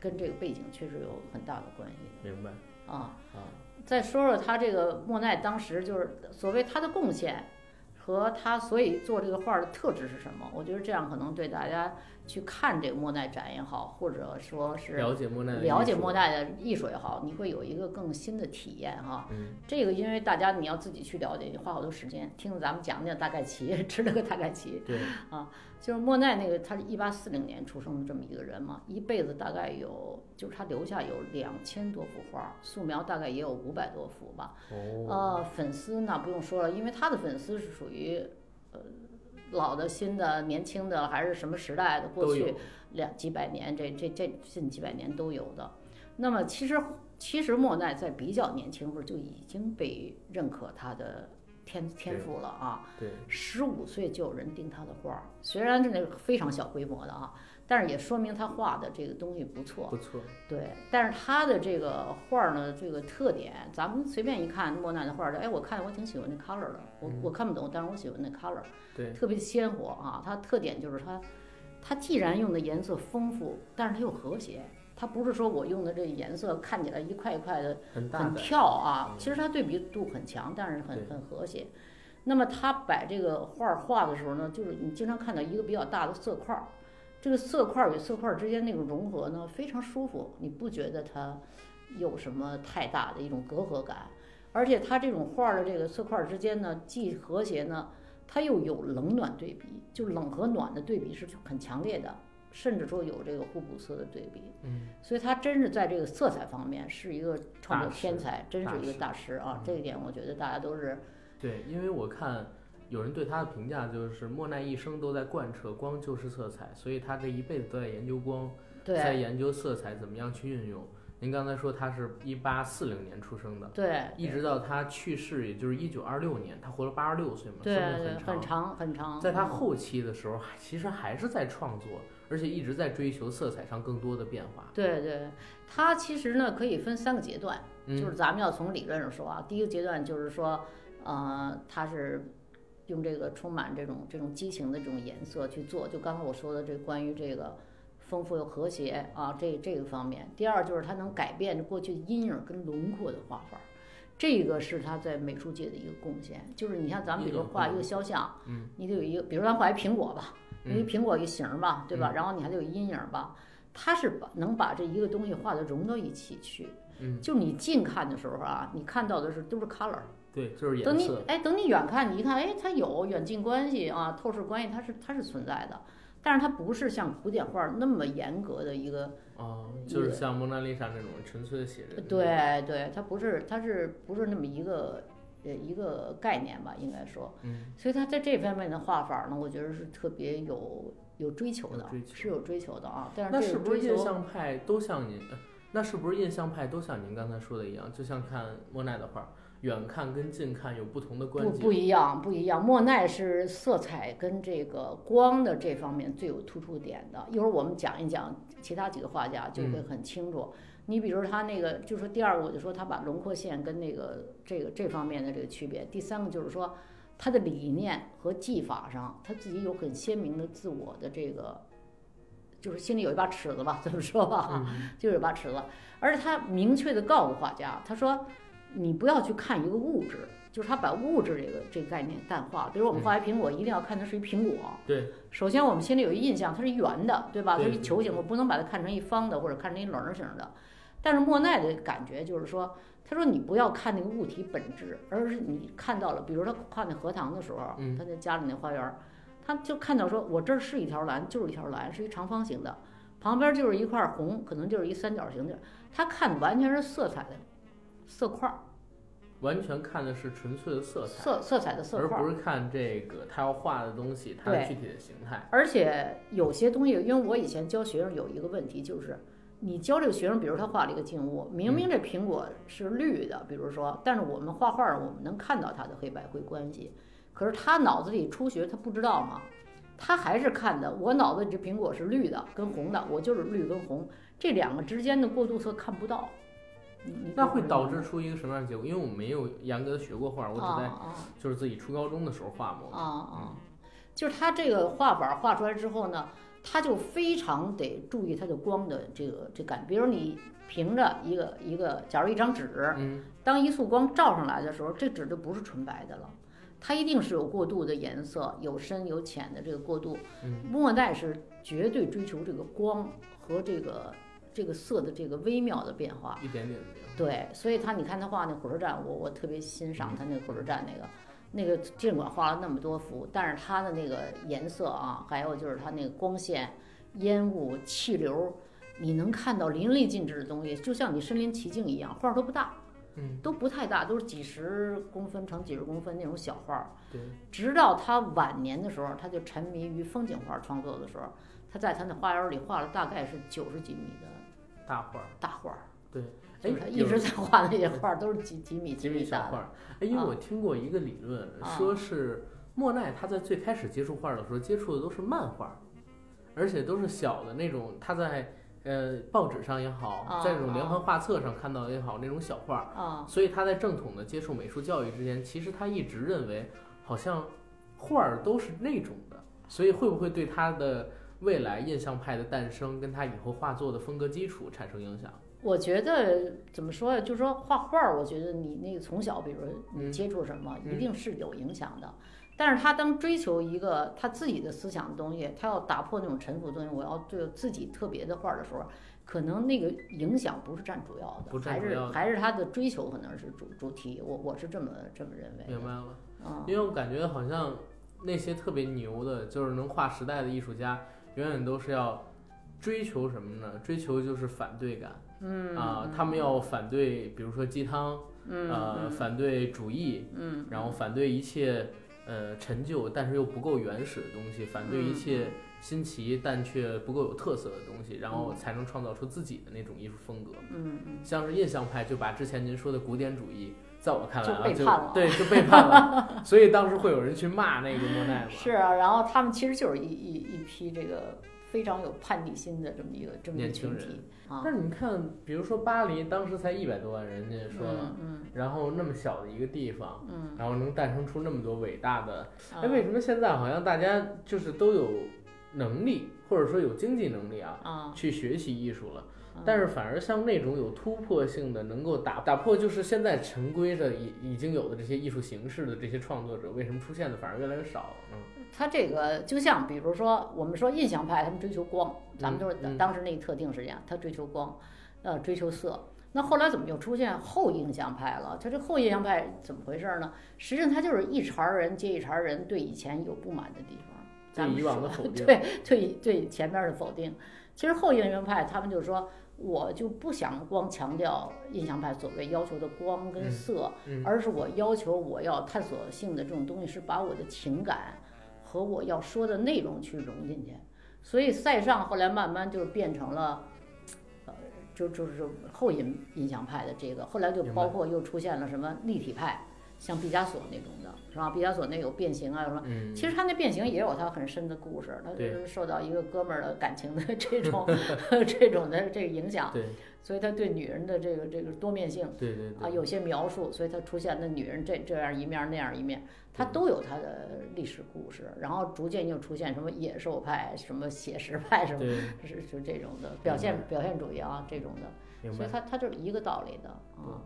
Speaker 2: 跟这个背景确实有很大的关系。
Speaker 1: 明白。
Speaker 2: 啊
Speaker 1: 啊。
Speaker 2: 再说说他这个莫奈当时就是所谓他的贡献和他所以做这个画儿的特质是什么？我觉得这样可能对大家去看这个莫奈展也好，或者说是
Speaker 1: 了解莫奈的艺术，
Speaker 2: 了解莫奈的艺术也好，你会有一个更新的体验哈、
Speaker 1: 嗯，
Speaker 2: 这个因为大家你要自己去了解，你花好多时间，听了咱们讲讲大概齐， *laughs* 知道个大概齐。
Speaker 1: 对，
Speaker 2: 就是莫奈那个，他是一八四零年出生的这么一个人嘛，一辈子大概有，就是他留下有两千多幅画，素描大概也有五百多幅吧。
Speaker 1: 哦，
Speaker 2: 呃，粉丝那不用说了，因为他的粉丝是属于，呃，老的、新的、年轻的，还是什么时代的，过
Speaker 1: 都
Speaker 2: 去
Speaker 1: 有，
Speaker 2: 两几百年，这这这近几百年都有的。那么其实其实莫奈在比较年轻时候就已经被认可他的天天赋了啊，
Speaker 1: 对，
Speaker 2: 十五岁就有人订他的画儿，虽然这个非常小规模的啊，但是也说明他画的这个东西不错。
Speaker 1: 不错，
Speaker 2: 对，但是他的这个画儿呢，这个特点，咱们随便一看莫奈的画儿，哎，我看我挺喜欢那 color 的，我
Speaker 1: 嗯
Speaker 2: 我看不懂，但是我喜欢那 color。
Speaker 1: 对，
Speaker 2: 特别鲜活啊。它特点就是它，它既然用的颜色丰富，但是它又和谐。它不是说我用的这颜色看起来一块一块的
Speaker 1: 很大胆，
Speaker 2: 很跳啊
Speaker 1: 嗯，
Speaker 2: 其实它对比度很强，但是很
Speaker 1: 对
Speaker 2: 很和谐。那么他摆这个画儿画的时候呢，就是你经常看到一个比较大的色块儿，这个色块儿与色块儿之间那个融合呢非常舒服，你不觉得它有什么太大的一种隔阂感？而且它这种画儿的这个色块儿之间呢，既和谐呢，它又有冷暖对比，就冷和暖的对比是很强烈的，甚至说有这个互补色的对比。
Speaker 1: 嗯，
Speaker 2: 所以他真是在这个色彩方面是一个创作
Speaker 1: 大师
Speaker 2: 天才，真是一个
Speaker 1: 大
Speaker 2: 大师啊
Speaker 1: 嗯！
Speaker 2: 这一点我觉得大家都是
Speaker 1: 对，因为我看有人对他的评价就是莫奈一生都在贯彻光就是色彩，所以他这一辈子都在研究光，在
Speaker 2: 对
Speaker 1: 研究色彩怎么样去运用。您刚才说他是一八四零年出生的，
Speaker 2: 对，
Speaker 1: 一直到他去世，也就是一九二六年，他活了八十六岁嘛，
Speaker 2: 对
Speaker 1: 生
Speaker 2: 对
Speaker 1: 命
Speaker 2: 很
Speaker 1: 长。
Speaker 2: 长很长，嗯
Speaker 1: 在他后期的时候，其实还是在创作，而且一直在追求色彩上更多的变化。
Speaker 2: 对对，他其实呢可以分三个阶段，
Speaker 1: 嗯，
Speaker 2: 就是哎咱们要从理论上说啊，第一个阶段就是说，呃，他是。用这个充满这种这种激情的这种颜色去做，就刚才我说的这关于这个丰富又和谐啊，这这个方面。第二就是他能改变过去阴影跟轮廓的画法，这个是他在美术界的一个贡献。就是你看咱们比如画一个肖像，
Speaker 1: 嗯，
Speaker 2: 你得有一个，比如咱画一苹果吧，因为
Speaker 1: 嗯
Speaker 2: 苹果有一形儿吧，对吧？然后你还得有阴影儿吧，它是把能把这一个东西画的融到一起去。
Speaker 1: 嗯，
Speaker 2: 就你近看的时候啊，你看到的是都是 color。
Speaker 1: 对，就是
Speaker 2: 等
Speaker 1: 颜
Speaker 2: 你
Speaker 1: 色，
Speaker 2: 哎，等你远看，你一看，哎，它有远近关系啊，透视关系，它是它是存在的，但是它不是像古典画儿那么严格的一个，
Speaker 1: 哦，就是像蒙娜丽莎那种纯粹的写人。，嗯
Speaker 2: 对对，它不是它是不是那么一个呃一个概念吧，应该说，
Speaker 1: 嗯，
Speaker 2: 所以他在这方面的画法呢，我觉得是特别有有追求的
Speaker 1: 有追求，
Speaker 2: 是有追求的啊。但
Speaker 1: 那
Speaker 2: 是这
Speaker 1: 是
Speaker 2: 个
Speaker 1: 不是
Speaker 2: 追
Speaker 1: 印
Speaker 2: 求
Speaker 1: 象派都像您？呃那是不是印象派都像您刚才说的一样？就像看莫奈的画，远看跟近看有不同的
Speaker 2: 不
Speaker 1: 观
Speaker 2: 不
Speaker 1: 景。
Speaker 2: 一样，不一样。莫奈是色彩跟这个光的这方面最有突出点的。一会儿我们讲一讲其他几个画家，就会很清楚。你比如他那个，就说第二个，我就说他把轮廓线跟那个这个这方面的这个区别。第三个就是说他的理念和技法上，他自己有很鲜明的自我的这个，就是心里有一把尺子吧，这 *laughs* 么说吧。
Speaker 1: 嗯，
Speaker 2: 就有把尺子，而且他明确的告诉画家，他说你不要去看一个物质，就是他把物质这个这个概念淡化了。比如我们画一苹果，一定要看它是一苹果。
Speaker 1: 对，
Speaker 2: 首先我们心里有一印象，它是圆的，对吧？它
Speaker 1: 对
Speaker 2: 是一球形，我不能把它看成一方的或者看成一棱儿形的。但是莫奈的感觉就是说，他说你不要看那个物体本质，而是你看到了，比如他看那荷塘的时候，
Speaker 1: 嗯
Speaker 2: 他在家里那花园儿，他就看到说，我这儿是一条蓝，就是一条蓝，是一长方形的，旁边就是一块红，可能就是一三角形的，他看的完全是色彩的色块儿，
Speaker 1: 完全看的是纯粹的色彩，
Speaker 2: 色色彩的色
Speaker 1: 而
Speaker 2: 块儿。
Speaker 1: 不是看这个他要画的东西它的具体的形态。
Speaker 2: 而且有些东西，因为我以前教学生有一个问题，就是你教这个学生，比如他画了一个静物，明明这苹果是绿的，比如说，但是我们画画儿，我们能看到它的黑白灰关系，可是他脑子里初学他不知道嘛，他还是看的，我脑子里这苹果是绿的跟红的，我就是绿跟红这两个之间的过渡色看不到，你你
Speaker 1: 那会导致出一个什么样的结果？因为我没有严格的学过画，我
Speaker 2: 啊
Speaker 1: 只在
Speaker 2: 啊
Speaker 1: 就是
Speaker 2: 哦
Speaker 1: 自己初高中的时候画过。
Speaker 2: 啊啊，就是他这个画法画出来之后呢，他就非常得注意它的光的这个这感，比如你凭着一个一个，假如一张纸，
Speaker 1: 嗯，
Speaker 2: 当一束光照上来的时候，这纸就不是纯白的了。它一定是有过渡的颜色，有深有浅的这个过渡。
Speaker 1: 嗯
Speaker 2: 莫奈是绝对追求这个光和这个这个色的这个微妙的变化。
Speaker 1: 一点点的变化。
Speaker 2: 对，所以他你看他画那火车站，我我特别欣赏他那个火车站那个，那个尽管画了那么多幅，但是他的那个颜色啊，还有就是他那个光线、烟雾、气流，你能看到淋漓尽致的东西，就像你身临其境一样，画儿都不大，
Speaker 1: 嗯，
Speaker 2: 都不太大，都是几十公分乘几十公分那种小画儿。
Speaker 1: 对，
Speaker 2: 直到他晚年的时候，他就沉迷于风景画创作的时候，他在他那花园里画了大概是九十几米的
Speaker 1: 大画儿。
Speaker 2: 大画儿。
Speaker 1: 哎
Speaker 2: 就是他，一直在画那些画儿，都是几几米
Speaker 1: 几
Speaker 2: 米
Speaker 1: 米小
Speaker 2: 大
Speaker 1: 画
Speaker 2: 的。
Speaker 1: 儿。哎，因为
Speaker 2: 啊
Speaker 1: 我听过一个理论，
Speaker 2: 啊
Speaker 1: 说是莫奈他在最开始接触画儿的时候，接触的都是漫画儿，而且都是小的那种，他在呃报纸上也好，
Speaker 2: 啊
Speaker 1: 在这种连环画册上看到也好，那种小画儿。
Speaker 2: 啊，
Speaker 1: 所以他在正统的接触美术教育之前，其实他一直认为好像画儿都是那种的，所以会不会对他的未来印象派的诞生跟他以后画作的风格基础产生影响？
Speaker 2: 我觉得怎么说呀？就是说画画儿，我觉得你那个从小，比如你
Speaker 1: 嗯
Speaker 2: 接触什么，
Speaker 1: 嗯
Speaker 2: 一定是有影响的。但是他当追求一个他自己的思想的东西，他要打破那种陈腐的东西，我要对自己特别的画儿的时候，可能那个影响不是占主要
Speaker 1: 不
Speaker 2: 的，
Speaker 1: 占
Speaker 2: 还
Speaker 1: 主
Speaker 2: 是
Speaker 1: 要的
Speaker 2: 还是他的追求可能是主主题。我我是这么这么认为的。
Speaker 1: 明白了。
Speaker 2: 嗯，
Speaker 1: 因为我感觉好像那些特别牛的，就是能划时代的艺术家，永远都是要追求什么呢？追求就是反对感。嗯啊、他们要反对，比如说鸡汤，
Speaker 2: 嗯
Speaker 1: 呃，反对主义，
Speaker 2: 嗯，
Speaker 1: 然后反对一切呃陈旧但是又不够原始的东西，反
Speaker 2: 嗯
Speaker 1: 对一切新奇但却不够有特色的东西，然后才能创造出自己的那种艺术风格。
Speaker 2: 嗯嗯。
Speaker 1: 像是印象派就把之前您说的古典主义，在我看来啊，
Speaker 2: 就背叛了
Speaker 1: 对，就背叛
Speaker 2: *laughs*
Speaker 1: 了。所以当时会有人去骂那个莫奈嘛？
Speaker 2: 是啊，然后他们其实就是一一一批这个非常有叛逆心的这么一个这么一个
Speaker 1: 年轻
Speaker 2: 群
Speaker 1: 人
Speaker 2: 体啊
Speaker 1: 但。是你看，比如说巴黎，当时才一百多万人，人家说了，
Speaker 2: 嗯嗯
Speaker 1: 然后那么小的一个地方，
Speaker 2: 嗯，
Speaker 1: 然后能诞生出那么多伟大的，
Speaker 2: 啊
Speaker 1: 哎，为什么现在好像大家就是都有能力，或者说有经济能力啊，
Speaker 2: 啊？
Speaker 1: 去学习艺术了？
Speaker 2: 啊
Speaker 1: 但是反而像那种有突破性的，能够打打破就是现在陈规的已已经有的这些艺术形式的这些创作者，为什么出现的反而越来越少了？嗯，
Speaker 2: 他这个就像比如说我们说印象派，他们追求光，咱们就是
Speaker 1: 嗯
Speaker 2: 当时那个特定时间，他追求光，呃，追求色。那后来怎么又出现后印象派了？他这后印象派怎么回事呢？实际上他就是一茬儿人接一茬儿人对以前有不满的地方，咱
Speaker 1: 对
Speaker 2: 们
Speaker 1: 以
Speaker 2: 说
Speaker 1: 往的否
Speaker 2: *laughs*
Speaker 1: 定，
Speaker 2: 对对对前面的否定。其实后印象派他们就说，我就不想光强调印象派所谓要求的光跟色，
Speaker 1: 嗯嗯
Speaker 2: 而是我要求我要探索性的这种东西是把我的情感和我要说的内容去融进去。所以塞尚后来慢慢就变成了。呃，就就是后印印象派的这个，后来就
Speaker 1: 明白
Speaker 2: 包括又出现了什么立体派，像毕加索那种的，是吧？毕加索那有变形啊，有什么
Speaker 1: 嗯，
Speaker 2: 其实他那变形也有他很深的故事，他就
Speaker 1: 对
Speaker 2: 是受到一个哥们儿的
Speaker 1: *laughs*
Speaker 2: 感情的这种 *laughs* 这种的这个影响，
Speaker 1: 对
Speaker 2: 所以他对女人的这个这个多面性
Speaker 1: 对对对
Speaker 2: 啊有些描述，所以他出现的女人这这样一面那样一面，他
Speaker 1: 对
Speaker 2: 都有他的历史故事，然后逐渐又出现什么野兽派、什么写实派什么，
Speaker 1: 对，
Speaker 2: 是是这种的表现
Speaker 1: 明
Speaker 2: 表现主义啊这种的，
Speaker 1: 明
Speaker 2: 所以
Speaker 1: 白。
Speaker 2: 他他就是一个道理的啊。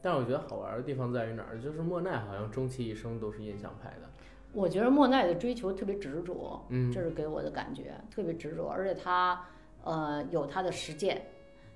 Speaker 1: 但是我觉得好玩的地方在于哪儿？就是莫奈好像终其一生都是印象派的，
Speaker 2: 我觉得莫奈的追求特别执着，
Speaker 1: 嗯
Speaker 2: 这是给我的感觉，特别执着，而且他呃有他的实践，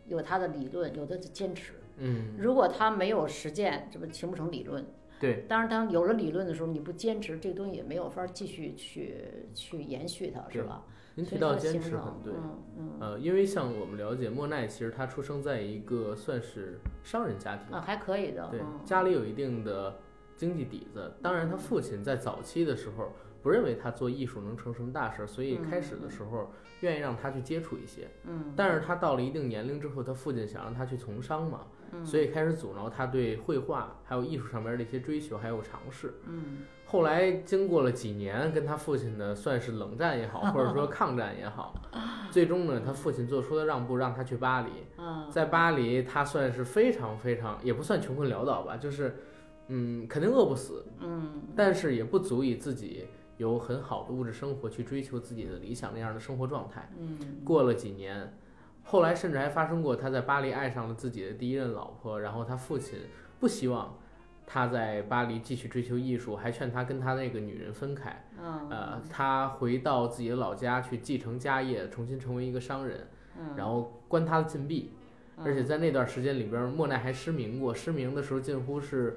Speaker 2: 有他的理论，有他的坚持。
Speaker 1: 嗯，
Speaker 2: 如果他没有实践，这不形不成理论。
Speaker 1: 对，
Speaker 2: 当然，当有了理论的时候，你不坚持，这东西也没有法继续去去延续它，
Speaker 1: 对
Speaker 2: 是吧？
Speaker 1: 您
Speaker 2: 所
Speaker 1: 提
Speaker 2: 以
Speaker 1: 到
Speaker 2: 它
Speaker 1: 坚
Speaker 2: 形
Speaker 1: 持
Speaker 2: 成
Speaker 1: 很对，
Speaker 2: 嗯嗯
Speaker 1: 呃，因为像我们了解莫奈，其实他出生在一个算是商人家庭，
Speaker 2: 啊，还可以的，
Speaker 1: 对，
Speaker 2: 嗯
Speaker 1: 家里有一定的经济底子。当然，他父亲在早期的时候不认为他做艺术能成什么大事，儿，所以开始的时候愿意让他去接触一些。
Speaker 2: 嗯，
Speaker 1: 但是他到了一定年龄之后，他父亲想让他去从商嘛，
Speaker 2: 嗯
Speaker 1: 所以开始阻挠他对绘画还有艺术上面的一些追求还有尝试。
Speaker 2: 嗯
Speaker 1: 后来经过了几年跟他父亲的算是冷战也好，或者说抗战也
Speaker 2: *laughs*
Speaker 1: 好，最终呢，他父亲做出了让步，让他去巴黎。
Speaker 2: 啊
Speaker 1: 在巴黎，他算是非常非常，也不算穷困潦倒吧，就是，嗯，肯定饿不死，
Speaker 2: 嗯
Speaker 1: 但是也不足以自己由很好的物质生活去追求自己的理想那样的生活状态。
Speaker 2: 嗯，
Speaker 1: 过了几年，后来甚至还发生过他在巴黎爱上了自己的第一任老婆，然后他父亲不希望他在巴黎继续追求艺术，还劝他跟他那个女人分开。
Speaker 2: 嗯，
Speaker 1: 呃，他回到自己的老家去继承家业，重新成为一个商人，
Speaker 2: 嗯，
Speaker 1: 然后关他禁闭。
Speaker 2: 嗯
Speaker 1: 而且在那段时间里边，莫奈还失明过。失明的时候，近乎是，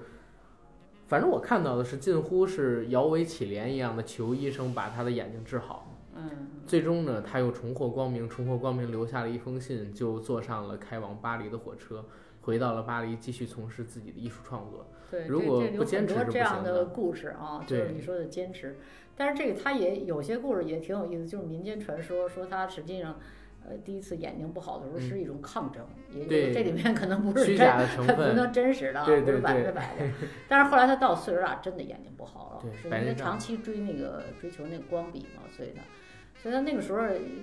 Speaker 1: 反正我看到的是近乎是摇尾乞怜一样的求医生把他的眼睛治好。
Speaker 2: 嗯
Speaker 1: 最终呢，他又重获光明，重获光明留下了一封信，就坐上了开往巴黎的火车，回到了巴黎，继续从事自己的艺术创作。
Speaker 2: 对，
Speaker 1: 如
Speaker 2: 这
Speaker 1: 果
Speaker 2: 这有
Speaker 1: 不坚
Speaker 2: 很
Speaker 1: 持
Speaker 2: 多
Speaker 1: 是
Speaker 2: 这
Speaker 1: 不
Speaker 2: 样
Speaker 1: 行
Speaker 2: 的
Speaker 1: 的
Speaker 2: 故事啊，就是
Speaker 1: 对
Speaker 2: 你说的坚持。但是这个他也有些故事也挺有意思，就是民间传说说他实际上，呃，第一次眼睛不好的时候
Speaker 1: 嗯
Speaker 2: 是一种抗争，也就是
Speaker 1: 对
Speaker 2: 这里面可能不是
Speaker 1: 虚
Speaker 2: 真，
Speaker 1: 假的成
Speaker 2: 不
Speaker 1: 分，
Speaker 2: 能真实的啊，
Speaker 1: 对
Speaker 2: 不是
Speaker 1: 对
Speaker 2: 百分
Speaker 1: 对
Speaker 2: 之百
Speaker 1: *laughs*
Speaker 2: 的。但是后来他到岁数大，真的眼睛不好了
Speaker 1: 对，
Speaker 2: 是
Speaker 1: 白
Speaker 2: 因为
Speaker 1: 内障
Speaker 2: 长期追那个追求那个光比嘛，所以呢。所以他那个时候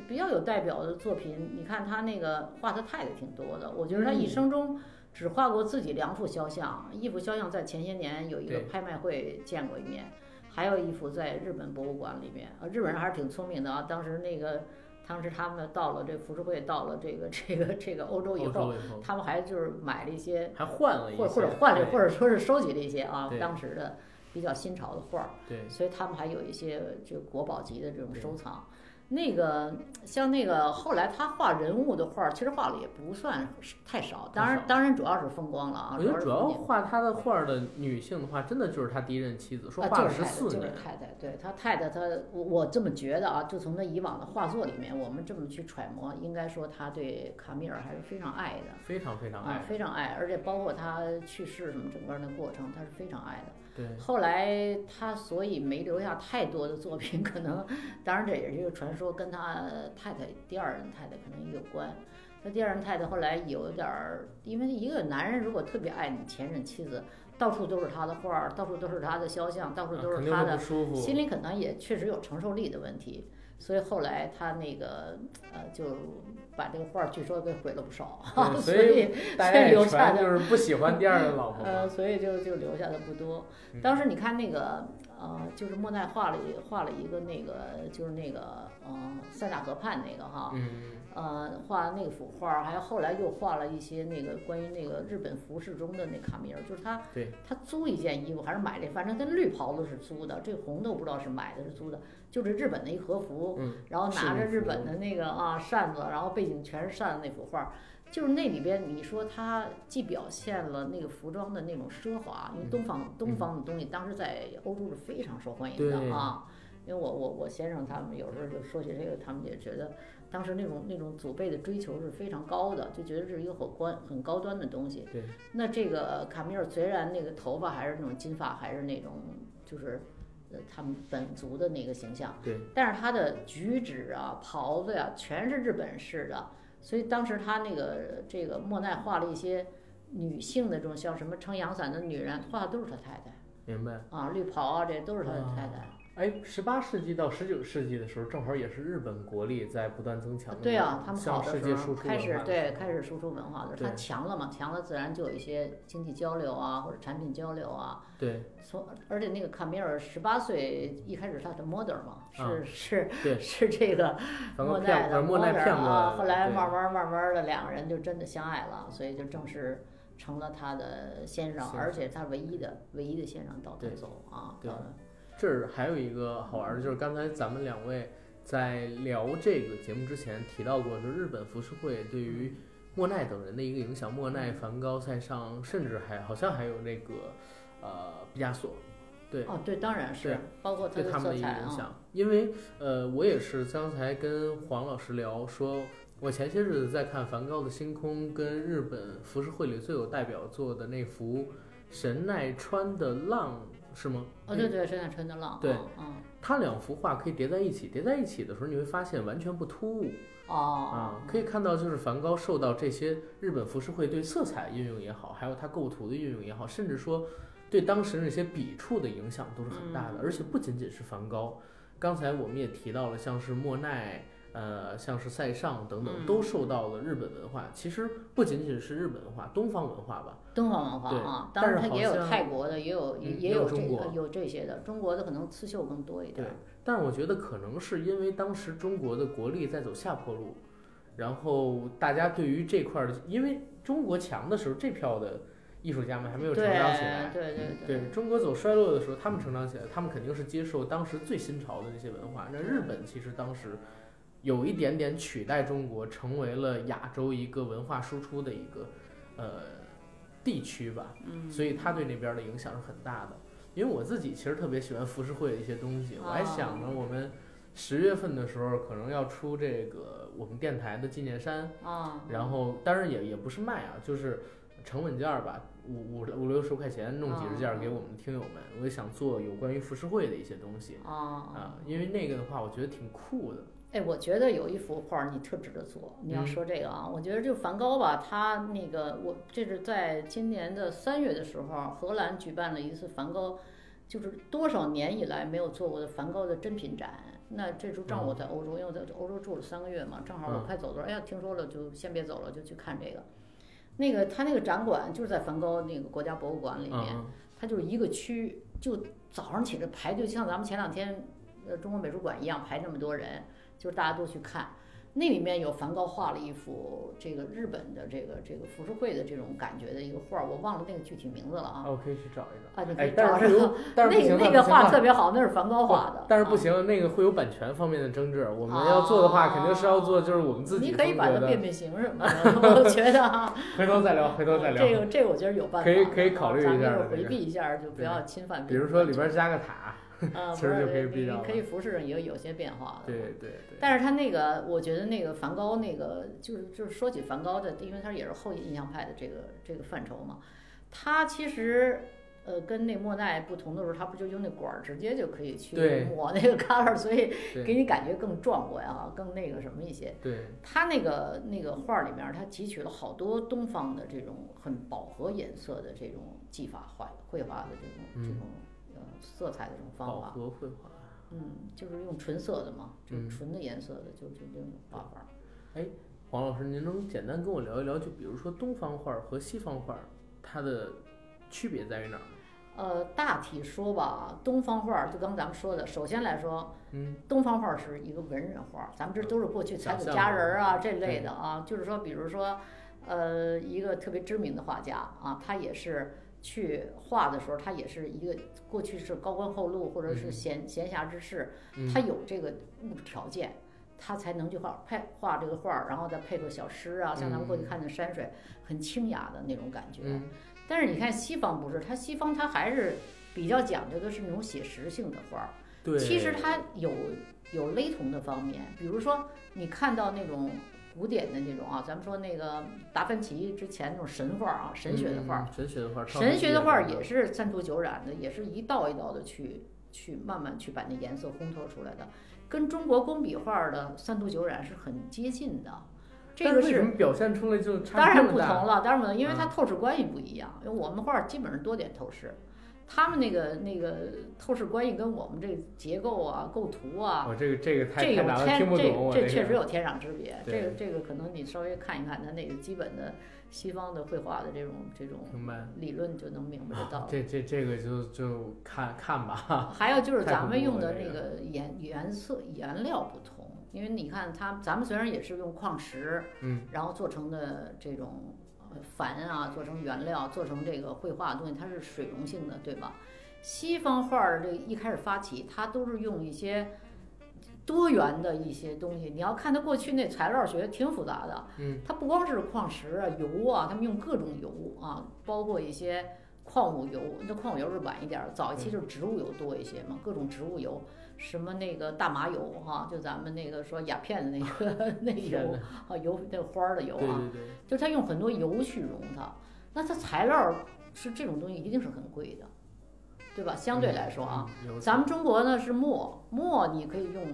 Speaker 2: 比较有代表的作品，你看他那个画他太太挺多的。我觉得他一
Speaker 1: 嗯
Speaker 2: 生中只画过自己两幅肖像，一幅肖像在前些年有一个
Speaker 1: 对
Speaker 2: 拍卖会见过一面，还有一幅在日本博物馆里面。啊，日本人还是挺聪明的啊，当时那个当时他们到了这浮世绘，到了这个这个这个欧洲以
Speaker 1: 欧
Speaker 2: 后，
Speaker 1: 洲以后
Speaker 2: 他们还就是买了一些
Speaker 1: 还换了一
Speaker 2: 或
Speaker 1: 些，哎
Speaker 2: 或者换了，
Speaker 1: 对
Speaker 2: 或者说是收集了一些啊
Speaker 1: 对
Speaker 2: 当时的比较新潮的画儿，
Speaker 1: 对
Speaker 2: 所以他们还有一些就国宝级的这种
Speaker 1: 对
Speaker 2: 收藏。那个像那个后来他画人物的画儿，其实画的也不算是太少，当
Speaker 1: 太
Speaker 2: 然
Speaker 1: 少
Speaker 2: 当然主要是风光了啊，
Speaker 1: 我觉得
Speaker 2: 是
Speaker 1: 主要
Speaker 2: 风景
Speaker 1: 画他的画的女性的话，真的就是他第一任妻子，说
Speaker 2: 啊，
Speaker 1: 画
Speaker 2: 就
Speaker 1: 了
Speaker 2: 是
Speaker 1: 十
Speaker 2: 太太，
Speaker 1: 四
Speaker 2: 就是
Speaker 1: 年，
Speaker 2: 太太，对他太太，他我我这么觉得啊，就从他以往的画作里面，我们这么去揣摩，应该说他对卡米尔还是非常爱的。
Speaker 1: 非常非常
Speaker 2: 啊，
Speaker 1: 爱，
Speaker 2: 非常爱，而且包括他去世什么整个儿的过程，他是非常爱的。
Speaker 1: 对
Speaker 2: 后来他所以没留下太多的作品， *laughs* 可能当然这也是一个传说，跟他太太第二任太太可能也有关。他第二任太太后来有点儿，因为一个男人如果特别爱你前任妻子，到处都是他的画儿，到处都是他的肖像，到处
Speaker 1: 啊
Speaker 2: 都
Speaker 1: 肯
Speaker 2: 是
Speaker 1: 定
Speaker 2: 他
Speaker 1: 会
Speaker 2: 的
Speaker 1: 不舒服，
Speaker 2: 心里可能也确实有承受力的问题，所以后来他那个呃就把这个画儿据说被毁了不少，
Speaker 1: 对
Speaker 2: *laughs*
Speaker 1: 所
Speaker 2: 所
Speaker 1: 以
Speaker 2: 以
Speaker 1: 大家
Speaker 2: 留
Speaker 1: 也
Speaker 2: 下
Speaker 1: 传
Speaker 2: 的
Speaker 1: 就是不喜欢第二任老婆嘛
Speaker 2: 呃，所以就就留下的不多
Speaker 1: 嗯。
Speaker 2: 当时你看那个呃，就是莫奈画了一画了一个那个就是那个呃塞纳河畔那个哈，
Speaker 1: 嗯，
Speaker 2: 呃画那幅画儿，还有后来又画了一些那个关于那个日本服饰中的那卡米尔，就是他
Speaker 1: 对
Speaker 2: 他租一件衣服还是买的，反正跟绿袍子是租的，这红的我不知道是买的是租的，就是日本的一和服，
Speaker 1: 嗯
Speaker 2: 然后拿着
Speaker 1: 是那
Speaker 2: 日
Speaker 1: 幅
Speaker 2: 本的那个啊扇子，然后背景全是扇子那幅画儿，就是那里边你说它既表现了那个服装的那种奢华，因为东方东方的东西当时在欧洲是非常受欢迎
Speaker 1: 嗯对
Speaker 2: 的啊。因为我我我先生他们有时候就说起这个，他们也觉得当时那种那种祖辈的追求是非常高的，就觉得这是一个很关很高端的东西。
Speaker 1: 对，
Speaker 2: 那这个卡米尔虽然那个头发还是那种金发，还是那种就是呃他们本族的那个形象，
Speaker 1: 对，
Speaker 2: 但是他的举止啊、袍子呀、全是日本式的，所以当时他那个这个莫奈画了一些女性的这种像什么撑阳伞的女人，画的都是他太太
Speaker 1: 明白。
Speaker 2: 啊，绿袍啊，这都是他的太太。
Speaker 1: 哎，十八世纪到十九世纪的时候，正好也是日本国力在不断增强的，
Speaker 2: 对啊，他们
Speaker 1: 向
Speaker 2: 好的
Speaker 1: 世
Speaker 2: 时
Speaker 1: 界
Speaker 2: 候
Speaker 1: 输出
Speaker 2: 开始
Speaker 1: 文化
Speaker 2: 对开始输出文化的时候，他
Speaker 1: 对
Speaker 2: 强了嘛，强了自然就有一些经济交流啊，或者产品交流啊，
Speaker 1: 对
Speaker 2: 从而且那个卡米尔十八岁一开始他的 model 嘛，是、
Speaker 1: 嗯
Speaker 2: 是
Speaker 1: 对
Speaker 2: 是这个
Speaker 1: 梵高
Speaker 2: 莫
Speaker 1: 骗过
Speaker 2: 奈的
Speaker 1: 莫奈
Speaker 2: model
Speaker 1: 骗过
Speaker 2: 啊，后来
Speaker 1: 对
Speaker 2: 慢慢慢慢的两个人就真的相爱了，所以就正式成了他的先生
Speaker 1: 先，生
Speaker 2: 而且他唯一的唯一的先生到他
Speaker 1: 对
Speaker 2: 走啊，
Speaker 1: 对
Speaker 2: 到他
Speaker 1: 这儿还有一个好玩的，就是刚才咱们两位在聊这个节目之前提到过，就是日本浮世绘对于莫奈等人的一个影响。莫奈、梵高、塞尚，甚至还好像还有那个呃毕加索，对
Speaker 2: 哦对，当然是
Speaker 1: 对
Speaker 2: 包括他
Speaker 1: 对他们
Speaker 2: 色
Speaker 1: 的一个
Speaker 2: 彩
Speaker 1: 影
Speaker 2: 啊，
Speaker 1: 响。因为呃，我也是刚才跟黄老师聊说。我前些日子在看梵高的《星空》，跟日本浮世绘里最有代表作的那幅神奈川的浪是吗？
Speaker 2: 哦对对，圣诞春的浪，
Speaker 1: 对
Speaker 2: 嗯嗯
Speaker 1: 它两幅画可以叠在一起，叠在一起的时候，你会发现完全不突兀
Speaker 2: 哦
Speaker 1: 啊。可以看到，就是梵高受到这些日本浮世绘对色彩运用也好，还有它构图的运用也好，甚至说对当时那些笔触的影响都是很大的。
Speaker 2: 嗯
Speaker 1: 而且不仅仅是梵高，刚才我们也提到了，像是莫奈、呃，像是塞尚等等，
Speaker 2: 嗯
Speaker 1: 都受到了日本文化。其实不仅仅是日本文化，东方文化吧。
Speaker 2: 东方文化
Speaker 1: 对
Speaker 2: 啊，
Speaker 1: 但
Speaker 2: 当然
Speaker 1: 是
Speaker 2: 它
Speaker 1: 好
Speaker 2: 也有
Speaker 1: 像
Speaker 2: 泰国的，也有
Speaker 1: 嗯
Speaker 2: 也
Speaker 1: 也有
Speaker 2: 这
Speaker 1: 中国
Speaker 2: 个有这些的，中国的可能刺绣更多一点儿。
Speaker 1: 但是我觉得可能是因为当时中国的国力在走下坡路，然后大家对于这块儿，因为中国强的时候，这票的艺术家们还没有成
Speaker 2: 对
Speaker 1: 长起来。嗯
Speaker 2: 对对
Speaker 1: 对中国走衰落的时候，他们成长起来，他们肯定是接受当时最新潮的那些文化。那日本其实当时有一点点取代中国，成为了亚洲一个文化输出的一个呃地区吧。嗯，所以它对那边的影响是很大的。因为我自己其实特别喜欢浮世绘的一些东西，我
Speaker 2: 哦
Speaker 1: 还想着我们十月份的时候可能要出这个我们电台的纪念衫，
Speaker 2: 啊，
Speaker 1: 然后当然也也不是卖啊，就是成本价儿吧，五五五六十块钱弄几十
Speaker 2: 哦
Speaker 1: 件儿给我们听友们。我也想做有关于浮世绘的一些东西
Speaker 2: 啊啊
Speaker 1: 啊，因为那个的话，我觉得挺酷的。
Speaker 2: 哎，我觉得有一幅画儿你特值得做。你要
Speaker 1: 嗯
Speaker 2: 说这个啊，我觉得就梵高吧，他那个我这是在今年的三月的时候，荷兰举办了一次梵高，就是多少年以来没有做过的梵高的珍品展。那这时候正好我在欧洲，因为我在欧洲住了三个月嘛，正好我
Speaker 1: 嗯
Speaker 2: 快走的时候，哎呀，听说了就先别走了，就去看这个。那个他那个展馆就是在梵高那个国家博物馆里面，
Speaker 1: 嗯，
Speaker 2: 它就是一个区，就早上起来排队，像咱们前两天呃中国美术馆一样排那么多人，就是大家都去看。那里面有梵高画了一幅这个日本的这个这个浮世绘的这种感觉的一个画儿，我忘了那个具体名字了啊
Speaker 1: 啊，我可以去找一
Speaker 2: 啊，
Speaker 1: 找。
Speaker 2: 你可
Speaker 1: 哎，
Speaker 2: 以找
Speaker 1: 但是
Speaker 2: 着
Speaker 1: 不行，但是不行，
Speaker 2: 那那
Speaker 1: 但
Speaker 2: 个
Speaker 1: 是不行
Speaker 2: 画
Speaker 1: 啊
Speaker 2: 特别好，那是梵高画的，
Speaker 1: 但是不
Speaker 2: 啊。
Speaker 1: 行，那个会有版权方面的争执。我们要做的话，
Speaker 2: 啊
Speaker 1: 肯定是要做，就是我们自己
Speaker 2: 哦你可以
Speaker 1: 风
Speaker 2: 把它
Speaker 1: 格的
Speaker 2: 变。变形什么的， *laughs* 我
Speaker 1: *laughs*
Speaker 2: 觉得啊，
Speaker 1: 回头再聊，回头再
Speaker 2: 这
Speaker 1: 聊。
Speaker 2: 个这个我觉得有
Speaker 1: 可
Speaker 2: 办法的
Speaker 1: 以
Speaker 2: 啊，
Speaker 1: 可以考虑一
Speaker 2: 咱们
Speaker 1: 下
Speaker 2: 就
Speaker 1: 的这
Speaker 2: 回
Speaker 1: 个
Speaker 2: 避一下，就不
Speaker 1: 对
Speaker 2: 要侵犯别
Speaker 1: 比
Speaker 2: 人
Speaker 1: 如
Speaker 2: 的
Speaker 1: 说
Speaker 2: 版
Speaker 1: 里
Speaker 2: 权。
Speaker 1: 边加个塔，
Speaker 2: *laughs* 啊，
Speaker 1: 其
Speaker 2: 不
Speaker 1: 实就
Speaker 2: 是
Speaker 1: 可以避
Speaker 2: 你
Speaker 1: 让
Speaker 2: 可
Speaker 1: 了
Speaker 2: 以服饰上也有有些变化的。啊
Speaker 1: 对对对。
Speaker 2: 但是他那个，我觉得那个梵高那个，就是就是说起梵高的，因为他也是后印象派的这个这个范畴嘛，他其实呃跟那莫奈不同的时候，他不就用那管儿直接就可以去
Speaker 1: 对
Speaker 2: 抹那个 color，所以给
Speaker 1: 对
Speaker 2: 你感觉更壮观啊，更那个什么
Speaker 1: *laughs*
Speaker 2: 一些。
Speaker 1: 对，
Speaker 2: 他那个那个画儿里面，他汲取了好多东方的这种很饱和颜色的这种技法画绘画的这种、这
Speaker 1: 嗯
Speaker 2: 种呃色彩的这种方
Speaker 1: 饱
Speaker 2: 法。
Speaker 1: 和绘画。
Speaker 2: 嗯，就是用纯色的嘛，就是
Speaker 1: 嗯
Speaker 2: 纯的颜色的，就就这种画法儿。
Speaker 1: 黄老师，您能简单跟我聊一聊，就比如说东方画儿和西方画儿，它的区别在于哪儿？
Speaker 2: 呃，大体说吧，东方画儿就刚咱们说的，首先来说，
Speaker 1: 嗯，
Speaker 2: 东方画儿是一个文人画儿，咱们这都是过去才
Speaker 1: 想
Speaker 2: 子
Speaker 1: 象
Speaker 2: 佳
Speaker 1: 的
Speaker 2: 人儿啊这类的啊，就是说，比如说，呃，一个特别知名的画家啊，他也是去画的时候，他也是一个过去是高官厚禄或者是
Speaker 1: 嗯
Speaker 2: 闲闲暇之士，
Speaker 1: 嗯
Speaker 2: 他有这个物质条件，他才能去画配画这个画儿，然后再配个小诗啊，像咱们过去看的山水，很清雅的那种感觉。
Speaker 1: 嗯
Speaker 2: 但是你看西方不是，他西方他还是比较讲究的是那种写实性的画儿。
Speaker 1: 对，
Speaker 2: 其实它有有雷同的方面，比如说你看到那种古典的那种啊，咱们说那个达芬奇之前那种神画儿啊，神学的画儿，
Speaker 1: 嗯，神学的画儿，
Speaker 2: 神学的画儿也
Speaker 1: 是，
Speaker 2: 是三途九染的，也是一道一道的去去慢慢去把那颜色烘托出来的，跟中国工笔画儿的三途九染是很接近的。这
Speaker 1: 但
Speaker 2: 个
Speaker 1: 为什
Speaker 2: 是
Speaker 1: 么表现出来就差
Speaker 2: 当然
Speaker 1: 这
Speaker 2: 不
Speaker 1: 么
Speaker 2: 同
Speaker 1: 大，
Speaker 2: 了，当然不同，因为它
Speaker 1: 嗯
Speaker 2: 透视关系不一样。因为我们画儿基本上多点透视，他们那个那个透视关系跟我们这结构啊、构图啊，
Speaker 1: 哦我这个这个
Speaker 2: 这
Speaker 1: 太太
Speaker 2: 有
Speaker 1: 难了，
Speaker 2: 天
Speaker 1: 听不懂我
Speaker 2: 这
Speaker 1: 个
Speaker 2: 这确实有天壤之别。这
Speaker 1: 对
Speaker 2: 个这个可能你稍微看一看它那个基本的西方的绘画的这种这种
Speaker 1: 明白。
Speaker 2: 理论，就能明白这道理。
Speaker 1: 这这这个就就看看吧，
Speaker 2: 还有就是
Speaker 1: 太
Speaker 2: 咱
Speaker 1: 恐
Speaker 2: 们
Speaker 1: 怖
Speaker 2: 用
Speaker 1: 了
Speaker 2: 的
Speaker 1: 这
Speaker 2: 那个颜原色原料不同，因为你看它，咱们虽然也是用矿石，
Speaker 1: 嗯，
Speaker 2: 然后做成的这种呃矾啊，做成原料，做成这个绘画的东西，它是水溶性的，对吧？西方画儿这一开始发起，它都是用一些多元的一些东西。你要看它过去那材料学挺复杂的，
Speaker 1: 嗯，
Speaker 2: 它不光是矿石啊、油啊，他们用各种油啊，包括一些矿物油。那矿物油是晚一点儿，早
Speaker 1: 嗯
Speaker 2: 期就是植物油多一些嘛，各种植物油，什么那个大麻油哈、就咱们那个说鸦片的那
Speaker 1: *laughs*
Speaker 2: 个那
Speaker 1: 天
Speaker 2: 油
Speaker 1: 哪
Speaker 2: 啊，油那个花儿的油
Speaker 1: 对
Speaker 2: 啊，
Speaker 1: 对对，
Speaker 2: 就是它用很多油去溶它，那它材料儿是这种东西一定是很贵的，对吧？相对来说啊，
Speaker 1: 嗯，有
Speaker 2: 咱们中国呢是墨，墨你可以用，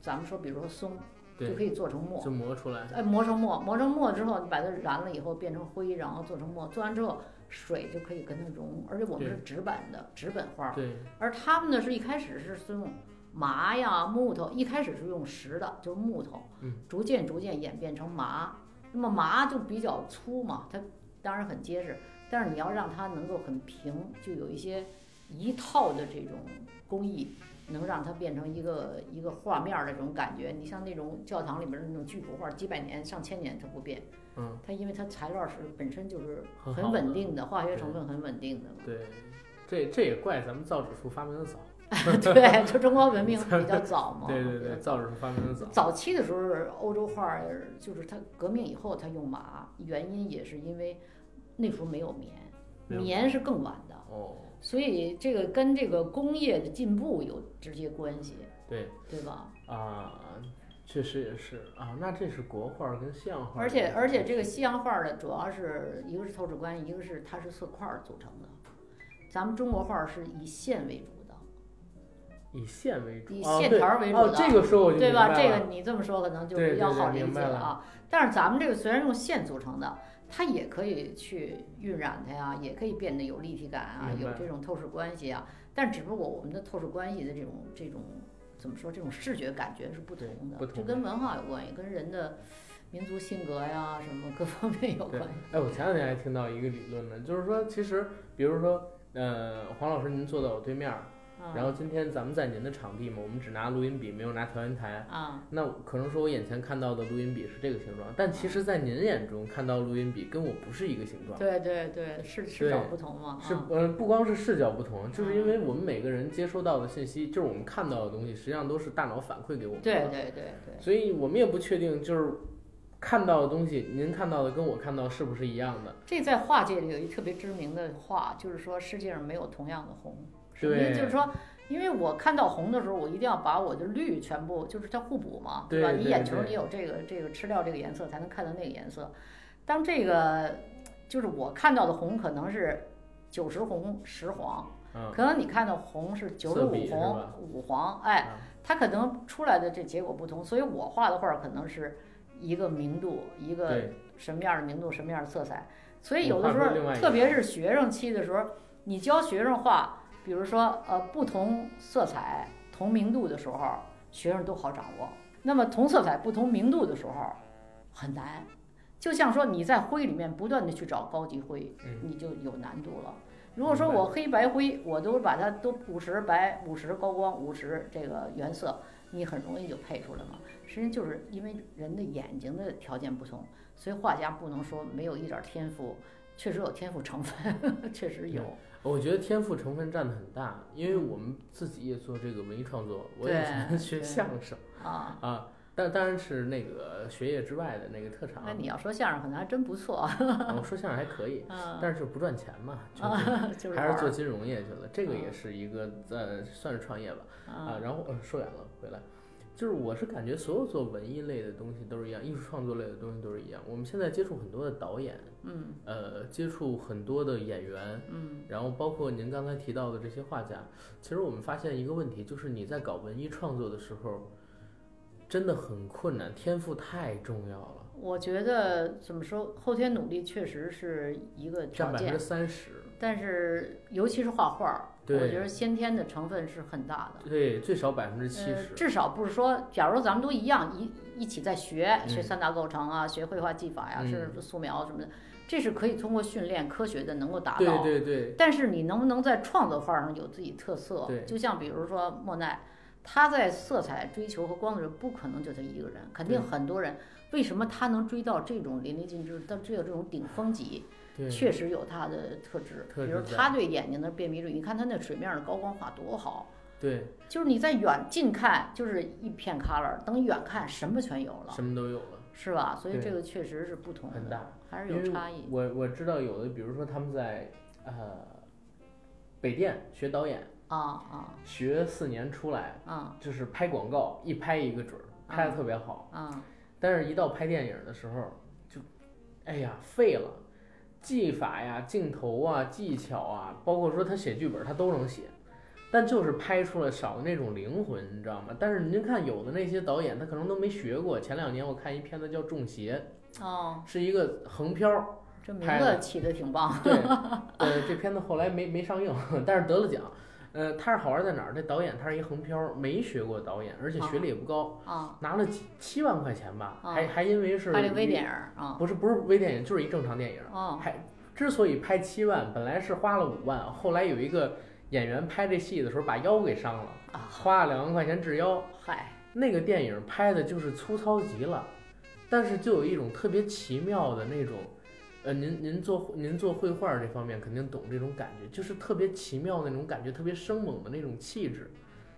Speaker 2: 咱们说比如说松，就可
Speaker 1: 对
Speaker 2: 以做成墨，
Speaker 1: 就磨出来，
Speaker 2: 哎，磨成墨，磨成墨之后，你把它燃了以后变成灰，然后做成墨，做完之后水就可以跟它融，而且我们是纸板的纸本画儿，
Speaker 1: 对
Speaker 2: 而他们呢是一开始是用麻呀、木头，一开始是用石的，就是木头
Speaker 1: 嗯，
Speaker 2: 逐渐逐渐演变成麻。那么麻就比较粗嘛，它当然很结实，但是你要让它能够很平，就有一些一套的这种工艺，能让它变成一个一个画面儿的这种感觉。你像那种教堂里面的那种巨幅画，几百年、上千年它不变，
Speaker 1: 嗯，
Speaker 2: 它因为它材料是本身就是
Speaker 1: 很
Speaker 2: 很
Speaker 1: 好
Speaker 2: 稳
Speaker 1: 的
Speaker 2: 定的，化学成分很稳定的嘛。
Speaker 1: 对，这这也怪咱们造纸术发明的早。
Speaker 2: *laughs*
Speaker 1: *laughs*
Speaker 2: 对，啊就中国文明比较早嘛。
Speaker 1: 对对
Speaker 2: 比较
Speaker 1: 对，造纸术发明的早。
Speaker 2: 早期的时候，欧洲画儿就是它革命以后，它用麻，原因也是因为那时候没有棉，
Speaker 1: 没有
Speaker 2: 棉是更晚的，
Speaker 1: 哦，
Speaker 2: 所以这个跟这个工业的进步有直接关系，
Speaker 1: 对
Speaker 2: 对吧？
Speaker 1: 啊，确实也是啊。那这是国画跟象画，
Speaker 2: 而且而且这个西洋画儿的主要是一个是透视观，一个是它是色块儿组成的，咱们中国画儿是以线为主的。
Speaker 1: 以线为主，
Speaker 2: 以
Speaker 1: 哦
Speaker 2: 线
Speaker 1: 对
Speaker 2: 条为主
Speaker 1: 哦
Speaker 2: 的，
Speaker 1: 这个时候我就
Speaker 2: 对
Speaker 1: 明
Speaker 2: 吧？
Speaker 1: 白
Speaker 2: 这
Speaker 1: 了
Speaker 2: 个你这么说可能就
Speaker 1: 对
Speaker 2: 比较
Speaker 1: 对对
Speaker 2: 好理
Speaker 1: 明
Speaker 2: 解
Speaker 1: 白
Speaker 2: 了
Speaker 1: 了
Speaker 2: 啊。但是咱们这个虽然用线组成的，它也可以去晕染它呀，也可以变得有立体感啊，
Speaker 1: 明
Speaker 2: 有
Speaker 1: 白
Speaker 2: 这种透视关系啊。但只不过我们的透视关系的这种这种怎么说，这种视觉感觉是不同的，
Speaker 1: 对不同
Speaker 2: 这跟文化有关系，跟人的民族性格呀什么各方面有
Speaker 1: 对
Speaker 2: 关系。
Speaker 1: 哎，我前两天还听到一个理论呢，就是说，其实比如说，呃，黄老师您坐在我对面儿，然
Speaker 2: 啊
Speaker 1: 后今天咱们在您的场地嘛，我们只拿录音笔，没有拿调音台。
Speaker 2: 啊，
Speaker 1: 那可能说我眼前看到的录音笔是这个形状，但其实，在您眼中看到录音笔跟我不是一个形状，
Speaker 2: 对对对，视视
Speaker 1: 对
Speaker 2: 角不同嘛，
Speaker 1: 是
Speaker 2: 啊
Speaker 1: 呃，不光是视角不同，就是因为
Speaker 2: 嗯
Speaker 1: 我们每个人接收到的信息，就是我们看到的东西，实际上都是大脑反馈给我们的。
Speaker 2: 对对对对。
Speaker 1: 所以我们也不确定，就是看到的东西，您看到的跟我看到是不是一样的？
Speaker 2: 这在画界里有一特别知名的话，就是说世界上没有同样的红。什么意
Speaker 1: 对
Speaker 2: 思？就是说，因为我看到红的时候，我一定要把我的绿全部，就是它互补嘛，
Speaker 1: 对
Speaker 2: 吧？
Speaker 1: 对
Speaker 2: 你眼球
Speaker 1: 对
Speaker 2: 你有这个这个吃掉这个颜色，才能看到那个颜色。当这个就是我看到的红可能是九十红十黄，
Speaker 1: 嗯，
Speaker 2: 可能你看到红是九十
Speaker 1: 色比
Speaker 2: 五
Speaker 1: 是
Speaker 2: 红
Speaker 1: 吧
Speaker 2: 五黄，哎，
Speaker 1: 啊
Speaker 2: 它可能出来的这结果不同，所以我画的画可能是一个明度，一个
Speaker 1: 对，
Speaker 2: 什么样的明度，什么样的色彩。所以
Speaker 1: 你
Speaker 2: 有
Speaker 1: 画
Speaker 2: 的时
Speaker 1: 出另
Speaker 2: 候，
Speaker 1: 外一
Speaker 2: 特
Speaker 1: 个啊
Speaker 2: 别是学生期的时候，你教学生画，比如说呃不同色彩、同明度的时候，学生都好掌握；那么同色彩、不同明度的时候，很难。就像说你在灰里面不断的去找高级灰，
Speaker 1: 嗯，
Speaker 2: 你就有难度了。如果说
Speaker 1: 明白
Speaker 2: 我黑白灰，我都把它都五十白、五十高光、五十这个原色，你很容易就配出来嘛。实际上就是因为人的眼睛的条件不同，所以画家不能说没有一点儿天赋，确实有天赋成分， *laughs* 确实有。
Speaker 1: 我觉得天赋成分占的很大，因为我们自己也做这个文艺创作，我以
Speaker 2: 对
Speaker 1: 前学
Speaker 2: 对
Speaker 1: 相声
Speaker 2: 啊。
Speaker 1: 啊，但当然是那个学业之外的那个特长
Speaker 2: 那，你要说相声，可能还真不错。
Speaker 1: 我说相声还可以，
Speaker 2: 嗯，
Speaker 1: 但是就不赚钱嘛，就
Speaker 2: 啊， *laughs* 就是
Speaker 1: 还是
Speaker 2: 玩
Speaker 1: 做
Speaker 2: 儿
Speaker 1: 金融业去了，这个也
Speaker 2: 嗯
Speaker 1: 是一个呃，算是创业吧啊。
Speaker 2: 啊，
Speaker 1: 然后呃，说远了，回来，就是我是感觉所有做文艺类的东西都是一样，艺术创作类的东西都是一样。我们现在接触很多的导演，
Speaker 2: 嗯
Speaker 1: 呃，接触很多的演员，
Speaker 2: 嗯，
Speaker 1: 然后包括您刚才提到的这些画家，其实我们发现一个问题，就是你在搞文艺创作的时候，真的很困难，天赋太重要了，
Speaker 2: 我觉得怎么说，后天努力确实是一个
Speaker 1: 占
Speaker 2: 条
Speaker 1: 百分
Speaker 2: 件
Speaker 1: 之，三十。
Speaker 2: 但是尤其是画画儿，我
Speaker 1: 对
Speaker 2: 觉得先天的成分是很大的。
Speaker 1: 对，最少百分之七
Speaker 2: 呃
Speaker 1: 十，。
Speaker 2: 至少不是说，假如咱们都一样，一一起在学
Speaker 1: 嗯
Speaker 2: 学三大构成啊，学绘画技法呀、
Speaker 1: 嗯
Speaker 2: 甚至素描什么的，这是可以通过训练科学的能够达到。
Speaker 1: 对对对，
Speaker 2: 但是你能不能在创作范儿上有自己特色？
Speaker 1: 对
Speaker 2: 就像比如说莫奈，他在色彩追求和光的时候，不可能就他一个人，肯定
Speaker 1: 对
Speaker 2: 很多人。为什么他能追到这种淋漓尽致，到只有这种顶峰级？
Speaker 1: 对，
Speaker 2: 确实有他的特质。
Speaker 1: 特
Speaker 2: 比如
Speaker 1: 质在
Speaker 2: 他对眼睛的辨别度，你看他那水面的高光画多好，
Speaker 1: 对，
Speaker 2: 就是你在远近看就是一片 color，等远看什么全有了，
Speaker 1: 什么都有了，
Speaker 2: 是吧？所以
Speaker 1: 对
Speaker 2: 这个确实是不同
Speaker 1: 很
Speaker 2: 的，
Speaker 1: 大。
Speaker 2: 还是
Speaker 1: 因
Speaker 2: 有
Speaker 1: 为
Speaker 2: 差异。
Speaker 1: 我我知道有的，比如说他们在呃北电学导演，
Speaker 2: 啊啊
Speaker 1: 学四年出来，
Speaker 2: 啊
Speaker 1: 就是拍广告，一拍一个准儿，拍的特别好。
Speaker 2: 啊！
Speaker 1: 但是，一到拍电影的时候，就哎呀废了，技法呀、镜头啊、技巧啊，包括说他写剧本，他都能写。但就是拍出了少的那种灵魂，你知道吗？但是您看有的那些导演，他可能都没学过。前两年我看一片子叫《中邪
Speaker 2: 哦，》，
Speaker 1: 是一个横漂，
Speaker 2: 这名
Speaker 1: 拍
Speaker 2: 字
Speaker 1: 的 *laughs*
Speaker 2: 起的挺棒。
Speaker 1: 对，呃，这片子后来没没上映，但是得了奖。呃，他是好玩在哪儿？这导演他是一横漂，没学过导演，而且学历也不高，
Speaker 2: 啊，
Speaker 1: 拿了几七万块钱吧，
Speaker 2: 啊
Speaker 1: 还还因为是
Speaker 2: 拍了微电影儿啊，
Speaker 1: 不是不是微电影，就是一正常电影。
Speaker 2: 哦，
Speaker 1: 还之所以拍七万，本来是花了五万，后来有一个演员拍这戏的时候把腰给伤了，
Speaker 2: 啊
Speaker 1: 花了两万块钱治腰。
Speaker 2: 嗨，
Speaker 1: 那个电影拍的就是粗糙极了，但是就有一种特别奇妙的那种，呃，您您做您做绘画这方面肯定懂这种感觉，就是特别奇妙那种感觉，特别生猛的那种气质，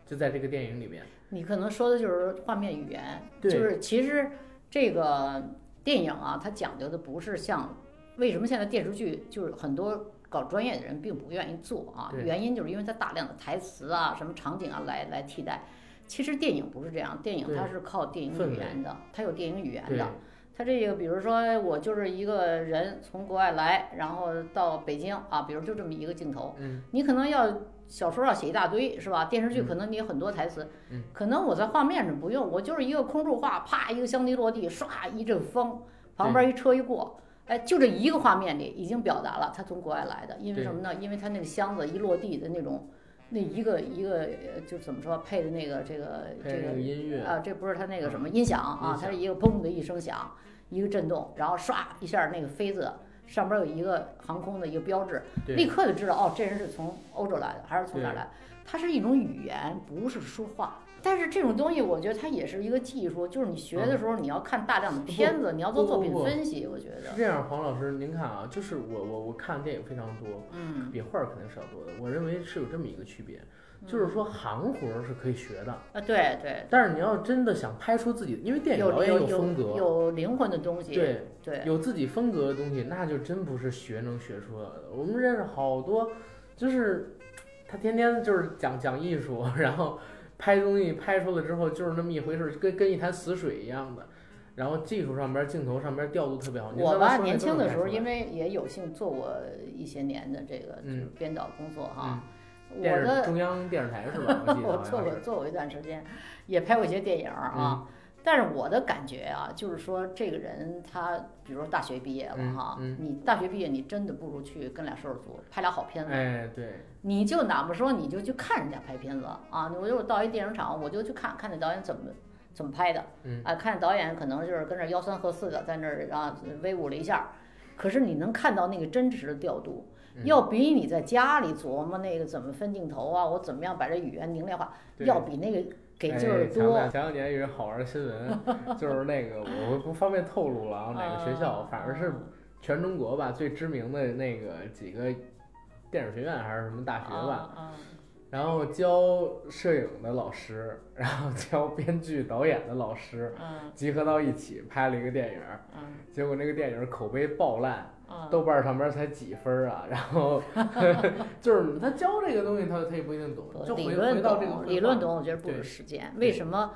Speaker 1: 就在这个电影里面。
Speaker 2: 你可能说的就是画面语言，就
Speaker 1: 对
Speaker 2: 是其实这个电影啊，它讲究的不是像为什么现在电视剧就是很多搞专业的人并不愿意做啊，
Speaker 1: 对
Speaker 2: 原因就是因为它大量的台词啊、什么场景啊来来替代。其实电影不是这样，电影
Speaker 1: 对
Speaker 2: 它是靠电
Speaker 1: 氛
Speaker 2: 影
Speaker 1: 围
Speaker 2: 语言的，它有电影语言
Speaker 1: 对
Speaker 2: 的。他这个，比如说我就是一个人从国外来，然后到北京啊，比如就这么一个镜头，
Speaker 1: 嗯，
Speaker 2: 你可能要小说要写一大堆是吧？电视剧
Speaker 1: 嗯
Speaker 2: 可能你有很多台词，
Speaker 1: 嗯，
Speaker 2: 可能我在画面上不用，我就是一个空柱画，啪一个香堤落地，唰一阵风，旁边一车一过。哎，就这一个画面里已经表达了他从国外来的，因为
Speaker 1: 对
Speaker 2: 什么呢？因为他那个箱子一落地的那种，那一个一个呃就是怎么说配的那个这个这
Speaker 1: 配
Speaker 2: 个
Speaker 1: 那个音乐，
Speaker 2: 啊，这不是它那个什么音响啊
Speaker 1: 嗯音，
Speaker 2: 它
Speaker 1: 响
Speaker 2: 是一个砰的一声响，一个震动，然后唰一下那个飞子上边有一个航空的一个标志，
Speaker 1: 对
Speaker 2: 立刻就知道哦，这人是从欧洲来的还是从哪儿
Speaker 1: 对
Speaker 2: 来的。它是一种语言，不是说话。但是这种东西，我觉得它也是一个技术，就是你学的时候，你要看大量的片子，你要
Speaker 1: 嗯
Speaker 2: 做
Speaker 1: 不
Speaker 2: 作
Speaker 1: 不
Speaker 2: 品
Speaker 1: 不
Speaker 2: 分析。我觉得
Speaker 1: 是，这样，黄老师，您看啊，就是我我我看电影非常多，
Speaker 2: 嗯，
Speaker 1: 比画儿肯定是要多的。我认为是有这么一个区别，
Speaker 2: 嗯
Speaker 1: 就是说行活儿是可以学的，
Speaker 2: 啊，对对，
Speaker 1: 但是你要真的想拍出自己，因为电影
Speaker 2: 有
Speaker 1: 导演
Speaker 2: 有
Speaker 1: 风
Speaker 2: 有
Speaker 1: 格，
Speaker 2: 有灵魂的东西，
Speaker 1: 对，
Speaker 2: 对
Speaker 1: 有自己风格的东西，那就真不是学能学出来的。我们认识好多，就是他天天就是讲讲艺术，然后拍东西拍出来之后就是那么一回事儿，跟跟一潭死水一样的。然后技术上边、镜头上边调度特别好。
Speaker 2: 我吧，年轻的时候因
Speaker 1: 为
Speaker 2: 为也有幸做过一些年的这个就是
Speaker 1: 嗯
Speaker 2: 编导工作哈，我
Speaker 1: 电视
Speaker 2: 的
Speaker 1: 中央电视台是
Speaker 2: *laughs*
Speaker 1: 吧？我记得
Speaker 2: 我
Speaker 1: 好
Speaker 2: 做
Speaker 1: 像
Speaker 2: 过
Speaker 1: 是。嗯
Speaker 2: 做过一段时间，也拍过一些电影儿啊。但是我的感觉啊，就是说这个人他，比如说大学毕业了哈，
Speaker 1: 嗯
Speaker 2: 你大学毕业你真的不如去跟俩摄制组拍俩好片子，
Speaker 1: 哎，对，
Speaker 2: 你就哪怕说你就去看人家拍片子啊，我就到一电影厂我就去看看那导演怎么。怎么拍的？
Speaker 1: 嗯
Speaker 2: 啊，看导演可能就是跟这儿吆三喝四的，在那儿啊威武了一下，可是你能看到那个真实的调度，
Speaker 1: 嗯
Speaker 2: 要比你在家里琢磨那个怎么分镜头啊，我怎么样把这语言凝练化，
Speaker 1: 对
Speaker 2: 要比那个给劲
Speaker 1: 哎
Speaker 2: 儿
Speaker 1: 前
Speaker 2: 多。
Speaker 1: 两前两年有一个好玩的新闻， *laughs* 就是那个我不方便透露了
Speaker 2: *laughs*
Speaker 1: 啊，哪个学校，
Speaker 2: 啊
Speaker 1: 反正是全中国吧最知名的那个几个电影学院还是什么大学吧，
Speaker 2: 啊啊
Speaker 1: 然后教摄影的老师，然后教编剧导演的老师
Speaker 2: 嗯
Speaker 1: 集合到一起拍了一个电影，
Speaker 2: 嗯
Speaker 1: 结果那个电影口碑爆烂，
Speaker 2: 嗯
Speaker 1: 豆瓣上边才几分儿啊，然
Speaker 2: *laughs*
Speaker 1: 后就是他教这个东西他他也不一定懂，就
Speaker 2: 理
Speaker 1: 回
Speaker 2: 论
Speaker 1: 回到这个
Speaker 2: 懂，
Speaker 1: 绘
Speaker 2: 理论
Speaker 1: 画
Speaker 2: 懂，我觉得不如
Speaker 1: 对
Speaker 2: 实践。
Speaker 1: 对
Speaker 2: 为什么？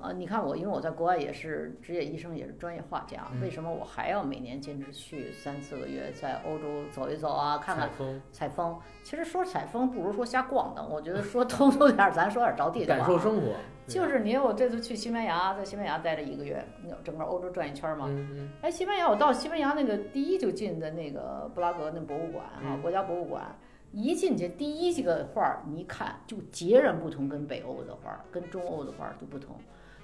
Speaker 2: 呃，你看我，因为我在国外也是职业医生，也是专业画家，
Speaker 1: 嗯
Speaker 2: 为什么我还要每年坚持去三四个月，在欧洲走一走啊，看
Speaker 1: 采
Speaker 2: 看
Speaker 1: 风。
Speaker 2: 采风？其实说采风不如说瞎逛荡，我觉得说通俗点儿，咱说点儿着地的
Speaker 1: 感
Speaker 2: 话
Speaker 1: 受
Speaker 2: 啊。
Speaker 1: 生活，
Speaker 2: 就。是你看我这次去西班牙，在西班牙待了一个月，整个欧洲转一圈儿嘛，
Speaker 1: 嗯嗯
Speaker 2: 哎，西班牙，我到西班牙那个第一就进的那个布拉格那博物馆哈、
Speaker 1: 嗯
Speaker 2: 国家博物馆，一进去第一几个画儿，你一看就截然不同，跟北欧的画儿、跟中欧的画儿就不同。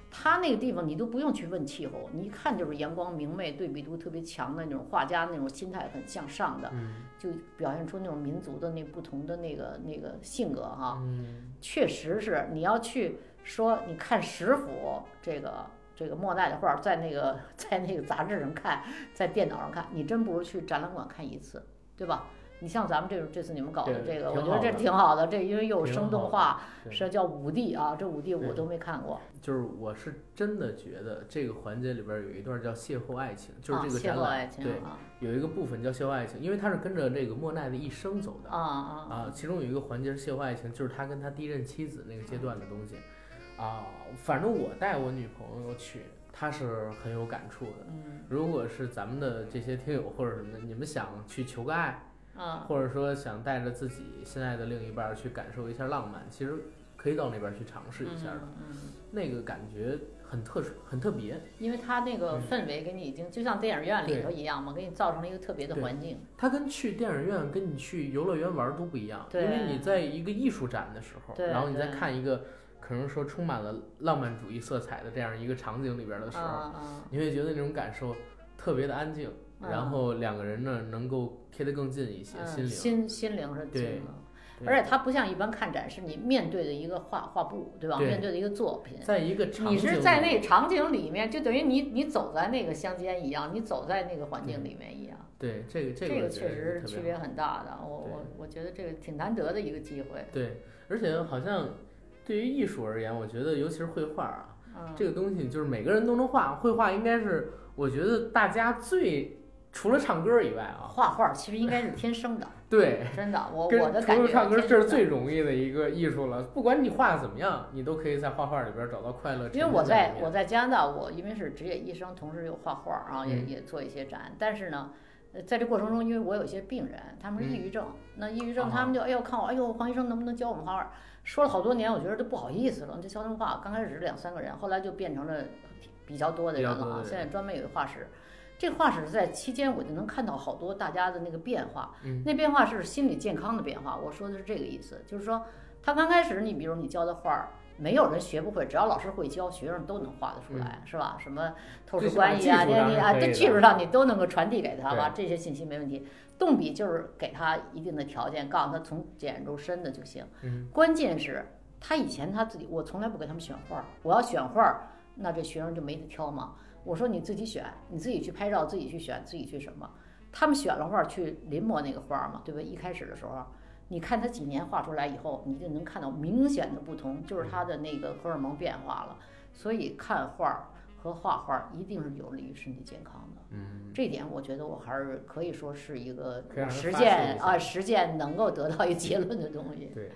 Speaker 2: 他那个地方你都不用去问气候，你一看就是阳光明媚、对比度特别强的那种画家，那种心态很向上的，
Speaker 1: 嗯
Speaker 2: 就表现出那种民族的那不同的那个那个性格哈、
Speaker 1: 嗯，
Speaker 2: 确实是，你要去说，你看石斧这个这个莫奈的画，在那个在那个杂志上看，在电脑上看，你真不如去展览馆看一次，对吧？你像咱们这种这次你们搞的
Speaker 1: 对
Speaker 2: 这个，我
Speaker 1: 挺
Speaker 2: 觉得
Speaker 1: 好
Speaker 2: 这
Speaker 1: 的
Speaker 2: 挺好的，这因为又有
Speaker 1: 挺
Speaker 2: 生动
Speaker 1: 好
Speaker 2: 画，
Speaker 1: 对
Speaker 2: 是叫五 D 啊，这五 D 我
Speaker 1: 对
Speaker 2: 都没看过。
Speaker 1: 就是我是真的觉得这个环节里边有一段叫邂逅爱情，就是这个
Speaker 2: 啊、邂
Speaker 1: 展
Speaker 2: 逅
Speaker 1: 览、
Speaker 2: 爱情
Speaker 1: 对，
Speaker 2: 啊
Speaker 1: 有一个部分叫邂逅爱情，因为它是跟着这个莫奈的一生走的
Speaker 2: 啊啊！
Speaker 1: 啊。其中有一个环节是邂逅爱情，就是他跟他第一任妻子那个阶段的东西啊。反正我带我女朋友去，她是很有感触的。
Speaker 2: 嗯
Speaker 1: 如果是咱们的这些听友或者什么的，你们想去求个爱，
Speaker 2: 啊，
Speaker 1: 或者说想带着自己心爱的另一半儿去感受一下浪漫，其实可以到那边儿去尝试一下的，
Speaker 2: 嗯嗯
Speaker 1: 那个感觉很特殊、很特别。
Speaker 2: 因为它那个
Speaker 1: 嗯
Speaker 2: 氛围给你已经就像电影院里
Speaker 1: 对
Speaker 2: 头一样嘛，给你造成了一个特别的
Speaker 1: 对
Speaker 2: 环境。
Speaker 1: 它跟去电影院、跟你去游乐园玩儿都不一样，因
Speaker 2: 对
Speaker 1: 为你在一个艺术展的时候，
Speaker 2: 对
Speaker 1: 然后你再
Speaker 2: 对
Speaker 1: 看一个可能说充满了浪漫主义色彩的这样一个场景里边的时候，
Speaker 2: 嗯嗯
Speaker 1: 你会觉得那种感受特别的安静，
Speaker 2: 嗯
Speaker 1: 然后两个人呢能够贴得更近一些，
Speaker 2: 嗯，
Speaker 1: 心灵。
Speaker 2: 心心灵是
Speaker 1: 对
Speaker 2: 近了。
Speaker 1: 对
Speaker 2: 而且它不像一般看展，是你面对的一个画画布，对吧？
Speaker 1: 对
Speaker 2: 面对的一个作品，
Speaker 1: 在一个场景
Speaker 2: 你
Speaker 1: 里面，
Speaker 2: 是在那场景里面，就等于你你走在那个乡间一样，你走在那个环境里面一样。
Speaker 1: 对这个这
Speaker 2: 这
Speaker 1: 个
Speaker 2: 个
Speaker 1: 我觉
Speaker 2: 确
Speaker 1: 得
Speaker 2: 实
Speaker 1: 特
Speaker 2: 区
Speaker 1: 别
Speaker 2: 别
Speaker 1: 好
Speaker 2: 很大的，我
Speaker 1: 对
Speaker 2: 我我觉得这个挺难得的一个机会。
Speaker 1: 对，而且好像对于艺术而言，我觉得尤其是绘画啊，
Speaker 2: 嗯，
Speaker 1: 这个东西就是每个人都能画，绘画应该是我觉得大家最除了唱歌以外啊，
Speaker 2: 画画其实应该是天
Speaker 1: *laughs*
Speaker 2: 生的，
Speaker 1: 对，
Speaker 2: 真的，我
Speaker 1: 跟
Speaker 2: 我的
Speaker 1: 除
Speaker 2: 感觉
Speaker 1: 了唱歌这
Speaker 2: 天
Speaker 1: 是
Speaker 2: 生的
Speaker 1: 最容易的一个艺术了。不管你画的怎么样，你都可以在画画里边找到快乐。
Speaker 2: 因为我
Speaker 1: 沉浸
Speaker 2: 在
Speaker 1: 里面
Speaker 2: 我在加拿大，我因为是职业医生，同时又画画儿啊，也
Speaker 1: 嗯
Speaker 2: 也做一些展。但是呢，呃在这过程中，因为我有一些病人，他们是
Speaker 1: 嗯
Speaker 2: 抑郁症，那抑郁
Speaker 1: 啊
Speaker 2: 症他们就哎呦看我，哎呦黄医生能不能教我们画画儿？说了好多年，我觉得都不好意思了，就教他们画。刚开始是两三个人，后来就变成了比较多的人
Speaker 1: 比较多
Speaker 2: 了
Speaker 1: 的
Speaker 2: 啊。
Speaker 1: 人
Speaker 2: 现在专门有一个画室，这个画室在期间我就能看到好多大家的那个变化。
Speaker 1: 嗯
Speaker 2: 那变化是心理健康的变化，我说的是这个意思，就是说他刚开始你比如你教的画儿。没有人学不会，只要老师会教，学生都能画得出来，是吧？什么透视
Speaker 1: 嗯最起码
Speaker 2: 关系啊，
Speaker 1: 技术上
Speaker 2: 这
Speaker 1: 是
Speaker 2: 啊，
Speaker 1: 可以
Speaker 2: 这
Speaker 1: 的
Speaker 2: 技术上你都能够传递给他吧，这些信息没问题。动笔就是给他一定的条件，告诉他从简入深的就行。
Speaker 1: 嗯
Speaker 2: 关键是，他以前他自己，我从来不给他们选画儿，我要选画儿，那这学生就没得挑嘛。我说你自己选，你自己去拍照，自己去选，自己去什么。他们选了画儿去临摹那个画儿嘛，对吧？一开始的时候，啊你看他几年画出来以后，你就能看到明显的不同，就是他的那个荷尔蒙变化了。所以看画儿和画画儿一定是有利于身体健康的。
Speaker 1: 嗯，
Speaker 2: 这一点我觉得我还是可以说是一个
Speaker 1: 可以让人
Speaker 2: 实
Speaker 1: 发现
Speaker 2: 践
Speaker 1: 一下
Speaker 2: 啊，实践能够得到一结论的东西。
Speaker 1: 对，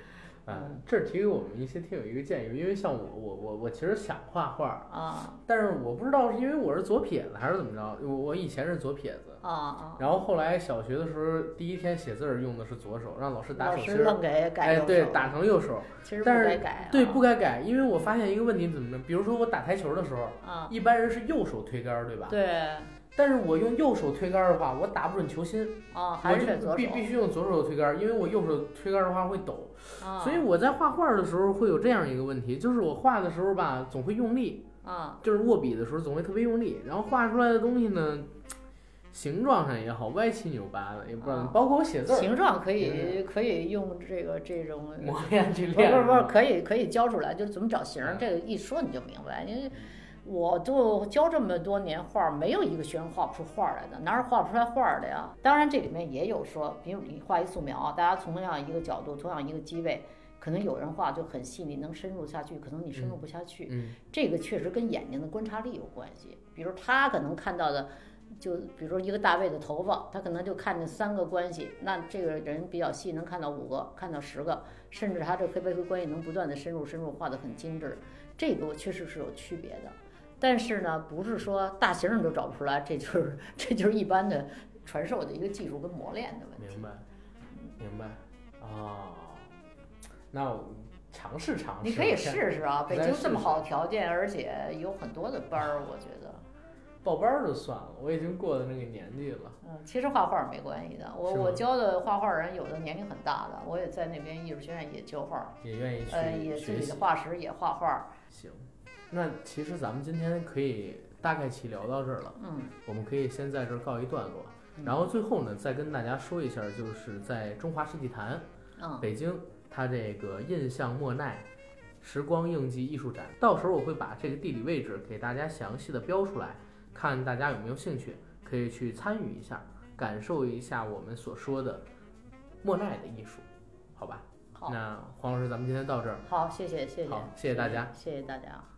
Speaker 1: 啊
Speaker 2: 嗯，
Speaker 1: 这提给我们一些听友一个建议，因为像我我我我其实想画画，
Speaker 2: 啊
Speaker 1: 但是我不知道是因为我是左撇子还是怎么着，我我以前是左撇子。
Speaker 2: 啊啊！
Speaker 1: 然后后来小学的时候，第一天写字儿用的是左手，让老师打手
Speaker 2: 老
Speaker 1: 心
Speaker 2: 师
Speaker 1: 儿，
Speaker 2: 愣给改
Speaker 1: 哎，
Speaker 2: 右
Speaker 1: 对，
Speaker 2: 手
Speaker 1: 打成右手，
Speaker 2: 其实不
Speaker 1: 但是
Speaker 2: 该改啊，
Speaker 1: 对，不该改，因为我发现一个问题，怎么着？比如说我打台球的时候，
Speaker 2: 啊，
Speaker 1: 一般人是右手推杆儿，对吧？
Speaker 2: 对啊
Speaker 1: 但是我用右手推杆儿的话，我打不准球心，
Speaker 2: 啊，
Speaker 1: 我
Speaker 2: 还是得
Speaker 1: 就
Speaker 2: 左
Speaker 1: 必
Speaker 2: 手
Speaker 1: 必须用左手推杆儿，因为我右手推杆儿的话会抖。
Speaker 2: 啊，
Speaker 1: 所以我在画画的时候会有这样一个问题，就是我画的时候吧，总会用力，
Speaker 2: 啊
Speaker 1: 就是握笔的时候总会特别用力，然后画出来的东西呢，形状上也好，歪七扭八的，也不知道，
Speaker 2: 啊
Speaker 1: 包括我写字儿，
Speaker 2: 形状可以可以用这个这种。
Speaker 1: 磨练去
Speaker 2: 不是
Speaker 1: 练
Speaker 2: 不
Speaker 1: 是
Speaker 2: 是不是，
Speaker 1: 吧。
Speaker 2: 可以可以教出来，就是怎么找型儿
Speaker 1: 嗯，
Speaker 2: 这个一说你就明白。因为我就教这么多年画儿，没有一个学生画不出画儿来的，哪有画不出来画儿的呀？当然这里面也有说，比如你画一素描，大家同样一个角度，同样一个机位，可能有人画就很细腻，能深入下去，可能你深入不下去。
Speaker 1: 嗯，
Speaker 2: 这个确实跟眼睛的观察力有关系。比如他可能看到的，就比如说一个大卫的头发，他可能就看见三个关系，那这个人比较细，能看到五个，看到十个，甚至他这黑白灰关系能不断的深入深入，画得很精致。这个我确实是有区别的，但是呢，不是说大型你都找不出来，这就是这就是一般的传授的一个技术跟磨练的问题
Speaker 1: 明。白，明白。哦，那我尝试尝试，
Speaker 2: 你可以
Speaker 1: 看
Speaker 2: 试试啊，北
Speaker 1: 咱
Speaker 2: 京
Speaker 1: 试
Speaker 2: 这么
Speaker 1: 试
Speaker 2: 好的条件，而且有很多的班儿，我觉得。
Speaker 1: 报班儿就算了，我已经过了那个年纪了。
Speaker 2: 嗯，其实画画没关系的。我
Speaker 1: 是吗
Speaker 2: 我教的画画人有的年龄很大的，我也在那边艺术学院也教画，
Speaker 1: 也愿意
Speaker 2: 呃，也
Speaker 1: 去
Speaker 2: 自
Speaker 1: 学
Speaker 2: 己
Speaker 1: 习
Speaker 2: 的。画室也画画。
Speaker 1: 行，那其实咱们今天可以大概齐聊到这儿了，
Speaker 2: 嗯，
Speaker 1: 我们可以先在这儿告一段落。
Speaker 2: 嗯
Speaker 1: 然后最后呢，再跟大家说一下，就是在中华世纪坛
Speaker 2: 嗯，
Speaker 1: 北京，它这个印象莫奈时光印记艺术展，到时候我会把这个地理位置给大家详细的标出来，看大家有没有兴趣，可以去参与一下，感受一下我们所说的莫奈的艺术，好吧？
Speaker 2: 好，
Speaker 1: 那黄老师，咱们今天到这儿，
Speaker 2: 好，谢谢，谢谢，
Speaker 1: 好谢谢大家
Speaker 2: 谢谢大家啊。